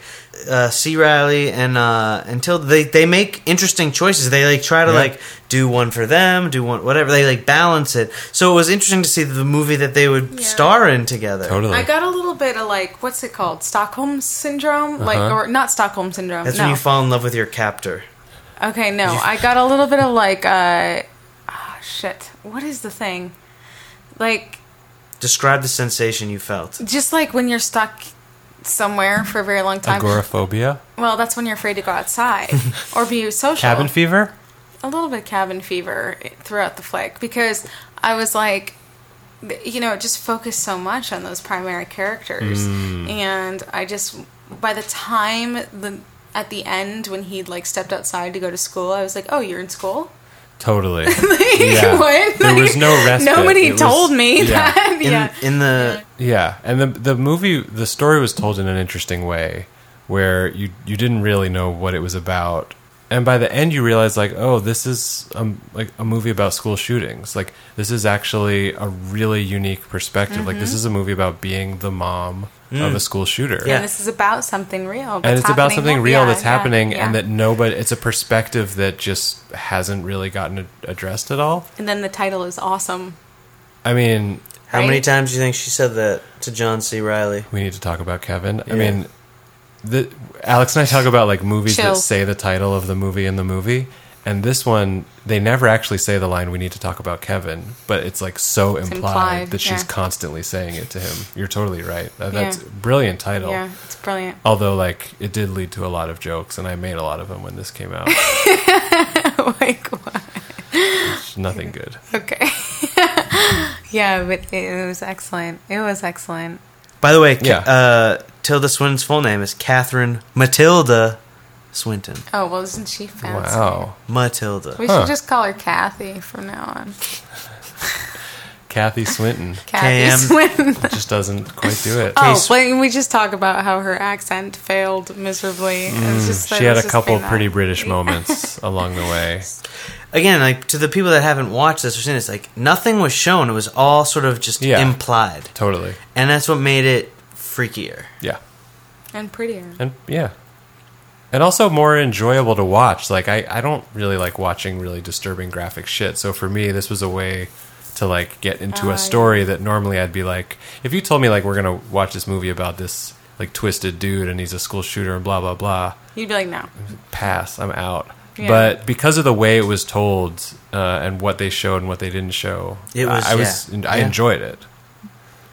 Speaker 1: uh, C. Riley and uh, until they they make interesting choices. They like try to
Speaker 3: Yeah.
Speaker 1: like do one for them, do one whatever. They like balance it. So it was interesting to see the movie that they would
Speaker 4: Yeah.
Speaker 1: star in together.
Speaker 3: Totally.
Speaker 4: I got a little bit of like what's it called Stockholm syndrome, like
Speaker 3: Uh-huh.
Speaker 4: or not Stockholm syndrome.
Speaker 1: That's
Speaker 4: no.
Speaker 1: when you fall in love with your captor.
Speaker 4: Okay, no, I got a little bit of like, uh, oh shit, what is the thing? Like,
Speaker 1: Describe the sensation you felt.
Speaker 4: just like when you're stuck somewhere for a very long time.
Speaker 3: Agoraphobia,
Speaker 4: Well, that's when you're afraid to go outside or be social.
Speaker 3: cabin fever.
Speaker 4: a little bit of cabin fever throughout the flick because I was like, th- you know, it just focused so much
Speaker 3: Mm.
Speaker 4: on those primary characters, and I just by the time the at the end when he like stepped outside to go to school, I was like, "Oh, you're in school."
Speaker 3: Totally.
Speaker 4: yeah. What?
Speaker 3: There
Speaker 4: Like,
Speaker 3: was no respite.
Speaker 4: Nobody
Speaker 3: It was-
Speaker 4: told me
Speaker 3: yeah.
Speaker 4: that.
Speaker 1: In,
Speaker 4: yeah.
Speaker 1: in the
Speaker 3: Yeah, and the the movie the story was told in an interesting way where you you didn't really know what it was about. And by the end you realize like, oh, this is um like a movie about school shootings. Like this is actually a really unique perspective. Like
Speaker 4: Mm-hmm.
Speaker 3: this is a movie about being the mom of a school shooter.
Speaker 1: Yeah.
Speaker 4: And this is about something real.
Speaker 3: And
Speaker 4: Mm. that's
Speaker 3: it's about
Speaker 4: happening.
Speaker 3: something real
Speaker 4: Yeah,
Speaker 3: that's
Speaker 4: yeah,
Speaker 3: happening
Speaker 4: yeah.
Speaker 3: and that nobody it's a perspective that just hasn't really gotten ad- addressed at all.
Speaker 4: And then the title is awesome.
Speaker 3: I mean,
Speaker 1: how many
Speaker 4: Right?
Speaker 1: times do you think she said that to John C. Riley?
Speaker 3: we need to talk about Kevin. I
Speaker 1: Yeah.
Speaker 3: mean, the Alex and I talk about like movies
Speaker 4: Chill.
Speaker 3: that say the title of the movie in the movie, and this one they never actually say the line "We need to talk about Kevin," but it's like so implied,
Speaker 4: implied,
Speaker 3: that she's
Speaker 4: yeah.
Speaker 3: constantly saying it to him. You're totally right. That-
Speaker 4: Yeah.
Speaker 3: That's a brilliant title.
Speaker 4: Yeah, it's brilliant.
Speaker 3: Although, like, it did lead to a lot of jokes, and I made a lot of them when this came out.
Speaker 4: like what?
Speaker 3: It's Nothing good.
Speaker 4: Okay. yeah, but it was excellent. It was excellent.
Speaker 1: By the way,
Speaker 3: Yeah.
Speaker 1: Ca- uh, Tilda Swinton's full name is Catherine Matilda Swinton.
Speaker 4: Oh well, isn't she fancy?
Speaker 3: Wow,
Speaker 1: Matilda.
Speaker 4: We
Speaker 3: Huh.
Speaker 4: should just call her Kathy from now on.
Speaker 3: Kathy Swinton
Speaker 4: Kathy
Speaker 1: Cam.
Speaker 4: Swinton.
Speaker 3: just doesn't quite do it.
Speaker 4: Oh,
Speaker 1: Case-
Speaker 4: wait, we just talk about how her accent failed miserably. It's just-
Speaker 3: she had
Speaker 4: it's
Speaker 3: a
Speaker 4: just
Speaker 3: couple
Speaker 4: been uh, that.
Speaker 3: pretty British moments along the way.
Speaker 1: Again, like to the people that haven't watched this or seen it, it's like nothing was shown. It was all sort of just
Speaker 3: Yeah.
Speaker 1: implied,
Speaker 3: Totally.
Speaker 1: and that's what made it freakier.
Speaker 3: Yeah.
Speaker 4: and prettier.
Speaker 3: and yeah and also more enjoyable to watch like I, I don't really like watching really disturbing graphic shit so for me this was a way to like get into
Speaker 4: Ah,
Speaker 3: a story that normally i'd be like if you told me like we're gonna watch this movie about this like twisted dude and he's a school shooter and blah blah blah
Speaker 4: You'd be like, no,
Speaker 3: pass i'm out
Speaker 4: Yeah.
Speaker 3: but because of the way it was told uh, and what they showed and what they didn't show
Speaker 1: It was-
Speaker 3: i, I was
Speaker 1: yeah.
Speaker 3: i
Speaker 1: Yeah.
Speaker 3: enjoyed it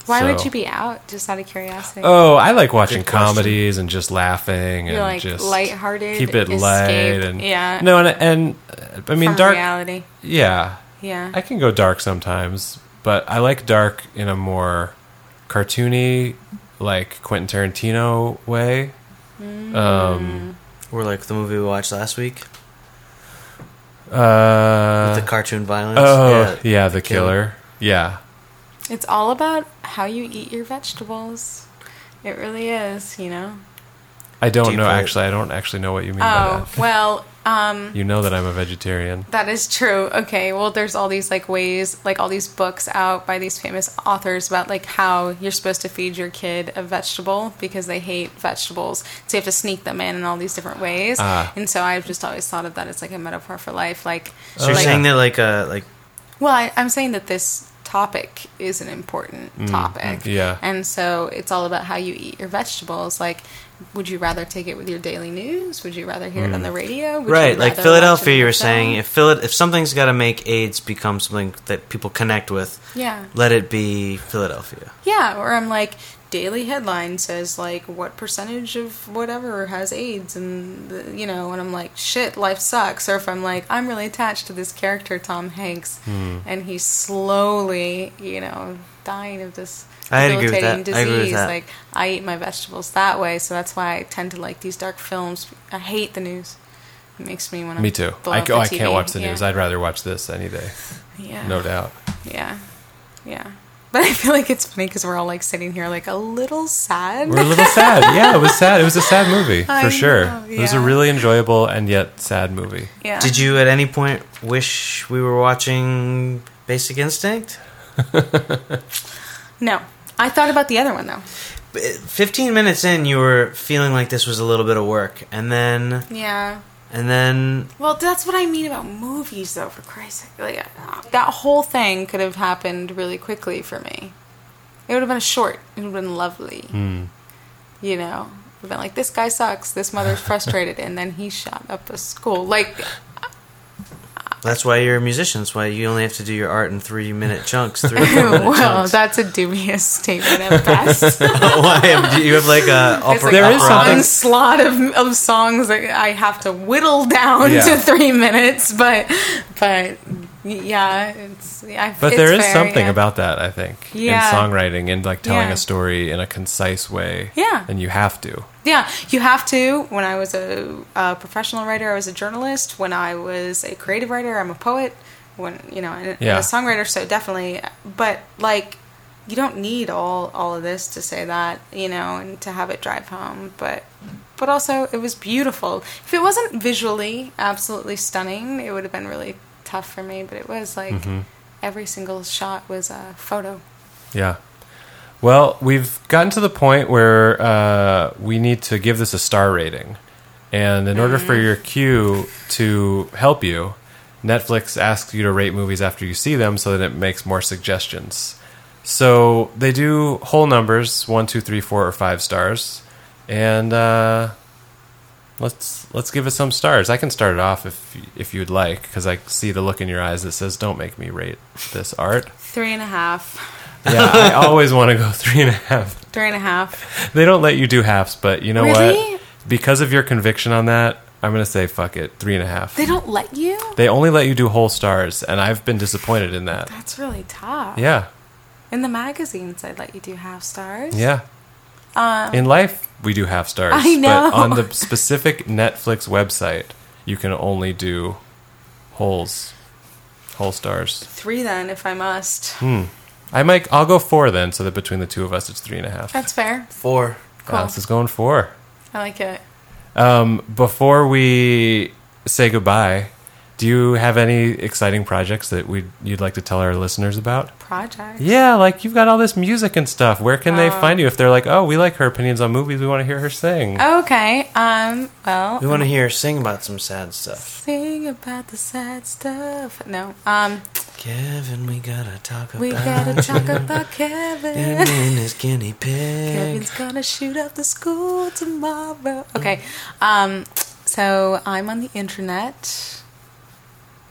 Speaker 4: why would
Speaker 3: So-
Speaker 4: you be out? Just out of curiosity.
Speaker 3: Oh, I like watching
Speaker 1: Good question.
Speaker 3: comedies and just laughing and
Speaker 4: You're, like,
Speaker 3: just
Speaker 4: lighthearted,
Speaker 3: Keep it
Speaker 4: escape,
Speaker 3: light and
Speaker 4: yeah.
Speaker 3: No, and and uh, I mean
Speaker 4: From
Speaker 3: dark.
Speaker 4: reality.
Speaker 3: Yeah,
Speaker 4: Yeah.
Speaker 3: I can go dark sometimes, but I like dark in a more cartoony, like Quentin Tarantino way.
Speaker 4: Mm.
Speaker 3: Um,
Speaker 1: Or like the movie we watched last week,
Speaker 3: uh,
Speaker 1: the cartoon violence.
Speaker 3: oh yeah, the
Speaker 1: Killer.
Speaker 3: killer. Yeah,
Speaker 4: it's all about how you eat your vegetables. It really is, you know.
Speaker 3: I don't
Speaker 1: Do you
Speaker 3: know
Speaker 1: play it?
Speaker 3: actually. I don't actually know what you mean by
Speaker 4: Oh
Speaker 3: that.
Speaker 4: well, um,
Speaker 3: You know that I'm a vegetarian.
Speaker 4: that is true. Okay, well, there's all these like ways, like all these books out by these famous authors about like how you're supposed to feed your kid a vegetable because they hate vegetables, so you have to sneak them in in all these different ways.
Speaker 3: Ah.
Speaker 4: And so I've just always thought of that as like a metaphor for life, like
Speaker 1: So you're
Speaker 4: like-
Speaker 1: saying that like uh like
Speaker 4: Well, I, I'm saying that this topic is an important
Speaker 1: Mm,
Speaker 4: topic.
Speaker 3: yeah.
Speaker 4: And so it's all about how you eat your vegetables. Like, would you rather take it with your daily news? Would you rather hear it on the radio? Would you
Speaker 1: Mm. right like
Speaker 4: rather
Speaker 1: Philadelphia,
Speaker 4: watch it
Speaker 1: you
Speaker 4: on
Speaker 1: were
Speaker 4: the
Speaker 1: saying
Speaker 4: film?
Speaker 1: if Phil- if something's got to make AIDS become something that people connect with,
Speaker 4: Yeah.
Speaker 1: let it be Philadelphia.
Speaker 4: Yeah. Or I'm like, daily headline says, like, what percentage of whatever has AIDS? And, the, you know, and I'm like, shit, life sucks. Or if I'm like, I'm really attached to this character, Tom Hanks,
Speaker 3: Hmm.
Speaker 4: and he's slowly, you know, dying of this.
Speaker 1: I'd agree with
Speaker 4: debilitating
Speaker 1: that. I agree with
Speaker 4: disease,
Speaker 1: that.
Speaker 4: Like I eat my vegetables that way, so that's why I tend to like these dark films. I hate the news. It makes me want to.
Speaker 3: Me too. I, oh, I can't watch the news. I'd rather watch this any day,
Speaker 4: yeah.
Speaker 3: no doubt.
Speaker 4: Yeah, yeah. But I feel like it's funny because we're all like sitting here like a little sad.
Speaker 3: We're a little sad. Yeah, it was sad. It was a sad movie for
Speaker 4: I
Speaker 3: sure.
Speaker 4: know,
Speaker 3: It was a
Speaker 4: yeah.
Speaker 3: really enjoyable and yet sad movie.
Speaker 4: yeah.
Speaker 1: Did you at any point wish we were watching Basic Instinct?
Speaker 4: No, I thought about the other one though.
Speaker 1: B- 15 minutes in you were feeling like this was a little bit of work and then
Speaker 4: Yeah.
Speaker 1: and then
Speaker 4: Well, that's what I mean about movies, though. For Christ's sake, like uh, that whole thing could have happened really quickly for me. It would have been a short. It would have been lovely.
Speaker 1: Hmm.
Speaker 4: You know, would have been like this guy sucks. This mother's frustrated, and then he shot up a school. Like,
Speaker 1: that's why you're a musician. That's why you only have to do your art in 3 minute chunks, 3 or 4 minute
Speaker 4: well,
Speaker 1: chunks.
Speaker 4: that's a dubious statement at best.
Speaker 1: why do you have like a
Speaker 4: It's
Speaker 1: opera,
Speaker 4: like
Speaker 3: There
Speaker 4: there
Speaker 3: is
Speaker 4: is
Speaker 3: something-
Speaker 4: onslaught of, of songs that I have to whittle down
Speaker 3: Yeah.
Speaker 4: to three minutes, but but Yeah, it's. I,
Speaker 3: But
Speaker 4: it's
Speaker 3: there is
Speaker 4: fair,
Speaker 3: something
Speaker 4: yeah.
Speaker 3: about that, I think,
Speaker 4: Yeah.
Speaker 3: in songwriting and like telling
Speaker 4: Yeah.
Speaker 3: a story in a concise way.
Speaker 4: Yeah.
Speaker 3: And you have to.
Speaker 4: Yeah, you have to. When I was a, a professional writer, I was a journalist. When I was a creative writer, I'm a poet. When you know, and, and
Speaker 3: Yeah.
Speaker 4: a songwriter, so definitely. But like, you don't need all all of this to say that, you know, and to have it drive home. But but also, it was beautiful. If it wasn't visually absolutely stunning, it would have been really tough for me. But it was like
Speaker 3: Mhm.
Speaker 4: every single shot was a photo.
Speaker 3: Yeah. Well, we've gotten to the point where uh, we need to give this a star rating. And in order for your cue to help you, Netflix asks you to rate movies after you see them so that it makes more suggestions. So they do whole numbers one, two, three, four, or five stars. And uh, let's let's give it some stars. I can start it off if if you'd like, because I see the look in your eyes that says, "Don't make me rate this art."
Speaker 4: Three and a half.
Speaker 3: yeah, I always want to go three and a half.
Speaker 4: Three and a half.
Speaker 3: They don't let you do halves, but you know
Speaker 4: Really?
Speaker 3: what? Because of your conviction on that, I'm gonna say fuck it, three and a half.
Speaker 4: They don't let you.
Speaker 3: They only let you do whole stars, and I've been disappointed in that.
Speaker 4: That's really tough.
Speaker 3: Yeah,
Speaker 4: In the magazines, I let you do half stars.
Speaker 3: yeah.
Speaker 4: Um,
Speaker 3: In life, we do half stars,
Speaker 4: I know.
Speaker 3: but on the specific Netflix website, you can only do wholes, whole stars.
Speaker 4: three then, if I must.
Speaker 3: Hmm. I might. I'll go four then, so that between the two of us, it's three and a half.
Speaker 4: That's fair.
Speaker 1: Four.
Speaker 4: Cool.
Speaker 3: Alex is going four.
Speaker 4: I like it.
Speaker 3: Um, before we say goodbye, do you have any exciting projects that we you'd like to tell our listeners about?
Speaker 4: Project.
Speaker 3: Yeah, like you've got all this music and stuff. Where can they
Speaker 4: Um,
Speaker 3: find you if they're like, "Oh, we like her opinions on movies. We want to hear her
Speaker 4: Oh,
Speaker 3: sing."
Speaker 4: Okay. Um. Well.
Speaker 1: We want to hear her sing about some sad stuff.
Speaker 4: Sing about the sad stuff. No. Um.
Speaker 1: Kevin, we gotta talk about.
Speaker 4: We gotta talk
Speaker 1: you.
Speaker 4: about Kevin.
Speaker 1: And then his guinea pig.
Speaker 4: Kevin's gonna shoot up the school tomorrow. Okay. Um, so I'm on the internet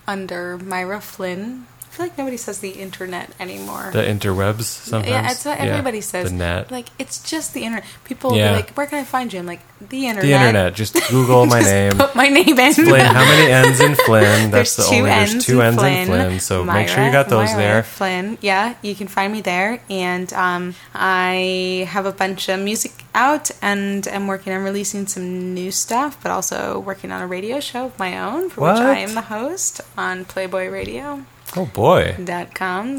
Speaker 4: under Myra Flynn. I feel like nobody says the internet anymore.
Speaker 3: The interwebs sometimes.
Speaker 4: Yeah, it's what everybody says.
Speaker 3: Uh-huh. The net.
Speaker 4: Like it's just the internet. People
Speaker 3: Yeah.
Speaker 4: are like, where can I find you? I'm like, the internet.
Speaker 3: the internet. Just Google my
Speaker 4: Just
Speaker 3: name.
Speaker 4: Put my name in.
Speaker 3: Explain how many ends in Flynn. That's
Speaker 4: There's
Speaker 3: the
Speaker 4: two
Speaker 3: only.
Speaker 4: Ns
Speaker 3: There's two
Speaker 4: in
Speaker 3: ends in
Speaker 4: Flynn.
Speaker 3: Flynn. So make sure you got those
Speaker 4: Myra
Speaker 3: there.
Speaker 4: Flynn. Yeah, you can find me there. And um, I have a bunch of music out and I'm working on releasing some new stuff, but also working on a radio show of my own for which
Speaker 3: What?
Speaker 4: I am the host on PlayboyRadio.com,
Speaker 3: Oh boy.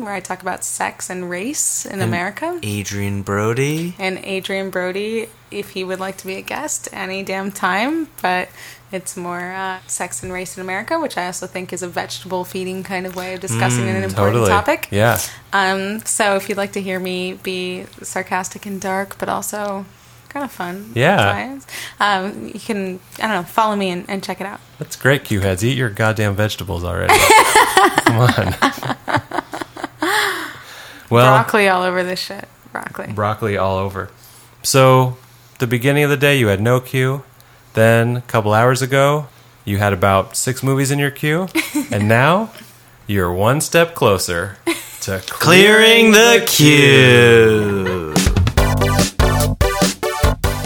Speaker 4: where I talk about sex and race in
Speaker 1: And-
Speaker 4: America.
Speaker 1: Adrian Brody.
Speaker 4: And Adrian Brody, if he would like to be a guest any damn time, but it's more uh, sex and race in America, which I also think is a vegetable feeding kind of way of discussing an
Speaker 3: Mm,
Speaker 4: important
Speaker 3: Totally.
Speaker 4: topic.
Speaker 3: Yeah.
Speaker 4: Um, so if you'd like to hear me be sarcastic and dark, but also kind of fun.
Speaker 3: Yeah.
Speaker 4: sometimes, Um, you can, I don't know, follow me and, and check it out.
Speaker 3: That's great, Q heads. Eat your goddamn vegetables already. Come on. well, broccoli.
Speaker 4: broccoli all over this shit. Broccoli.
Speaker 3: all over. So, the beginning of the day, you had no queue. Then, a couple hours ago, you had about six movies in your queue. and now, you're one step closer to
Speaker 1: Clearing the queue.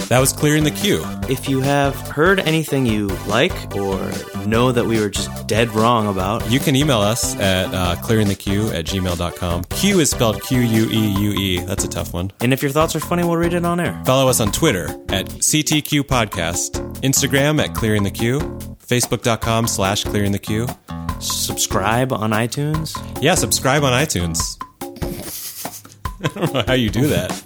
Speaker 2: That was Clearing the Queue.
Speaker 1: If you have heard anything you like or know that we were just dead wrong about,
Speaker 2: You can email us at uh, clearingthequeue at gmail.com. Q is spelled Q U E U E. That's a tough one.
Speaker 1: and if your thoughts are funny, we'll read it on air.
Speaker 2: Follow us on Twitter at CTQ Podcast, Instagram at Clearing the Queue, Facebook.com slash Clearing the Queue.
Speaker 1: Subscribe on iTunes.
Speaker 2: Yeah, subscribe on iTunes. I don't know how you do that.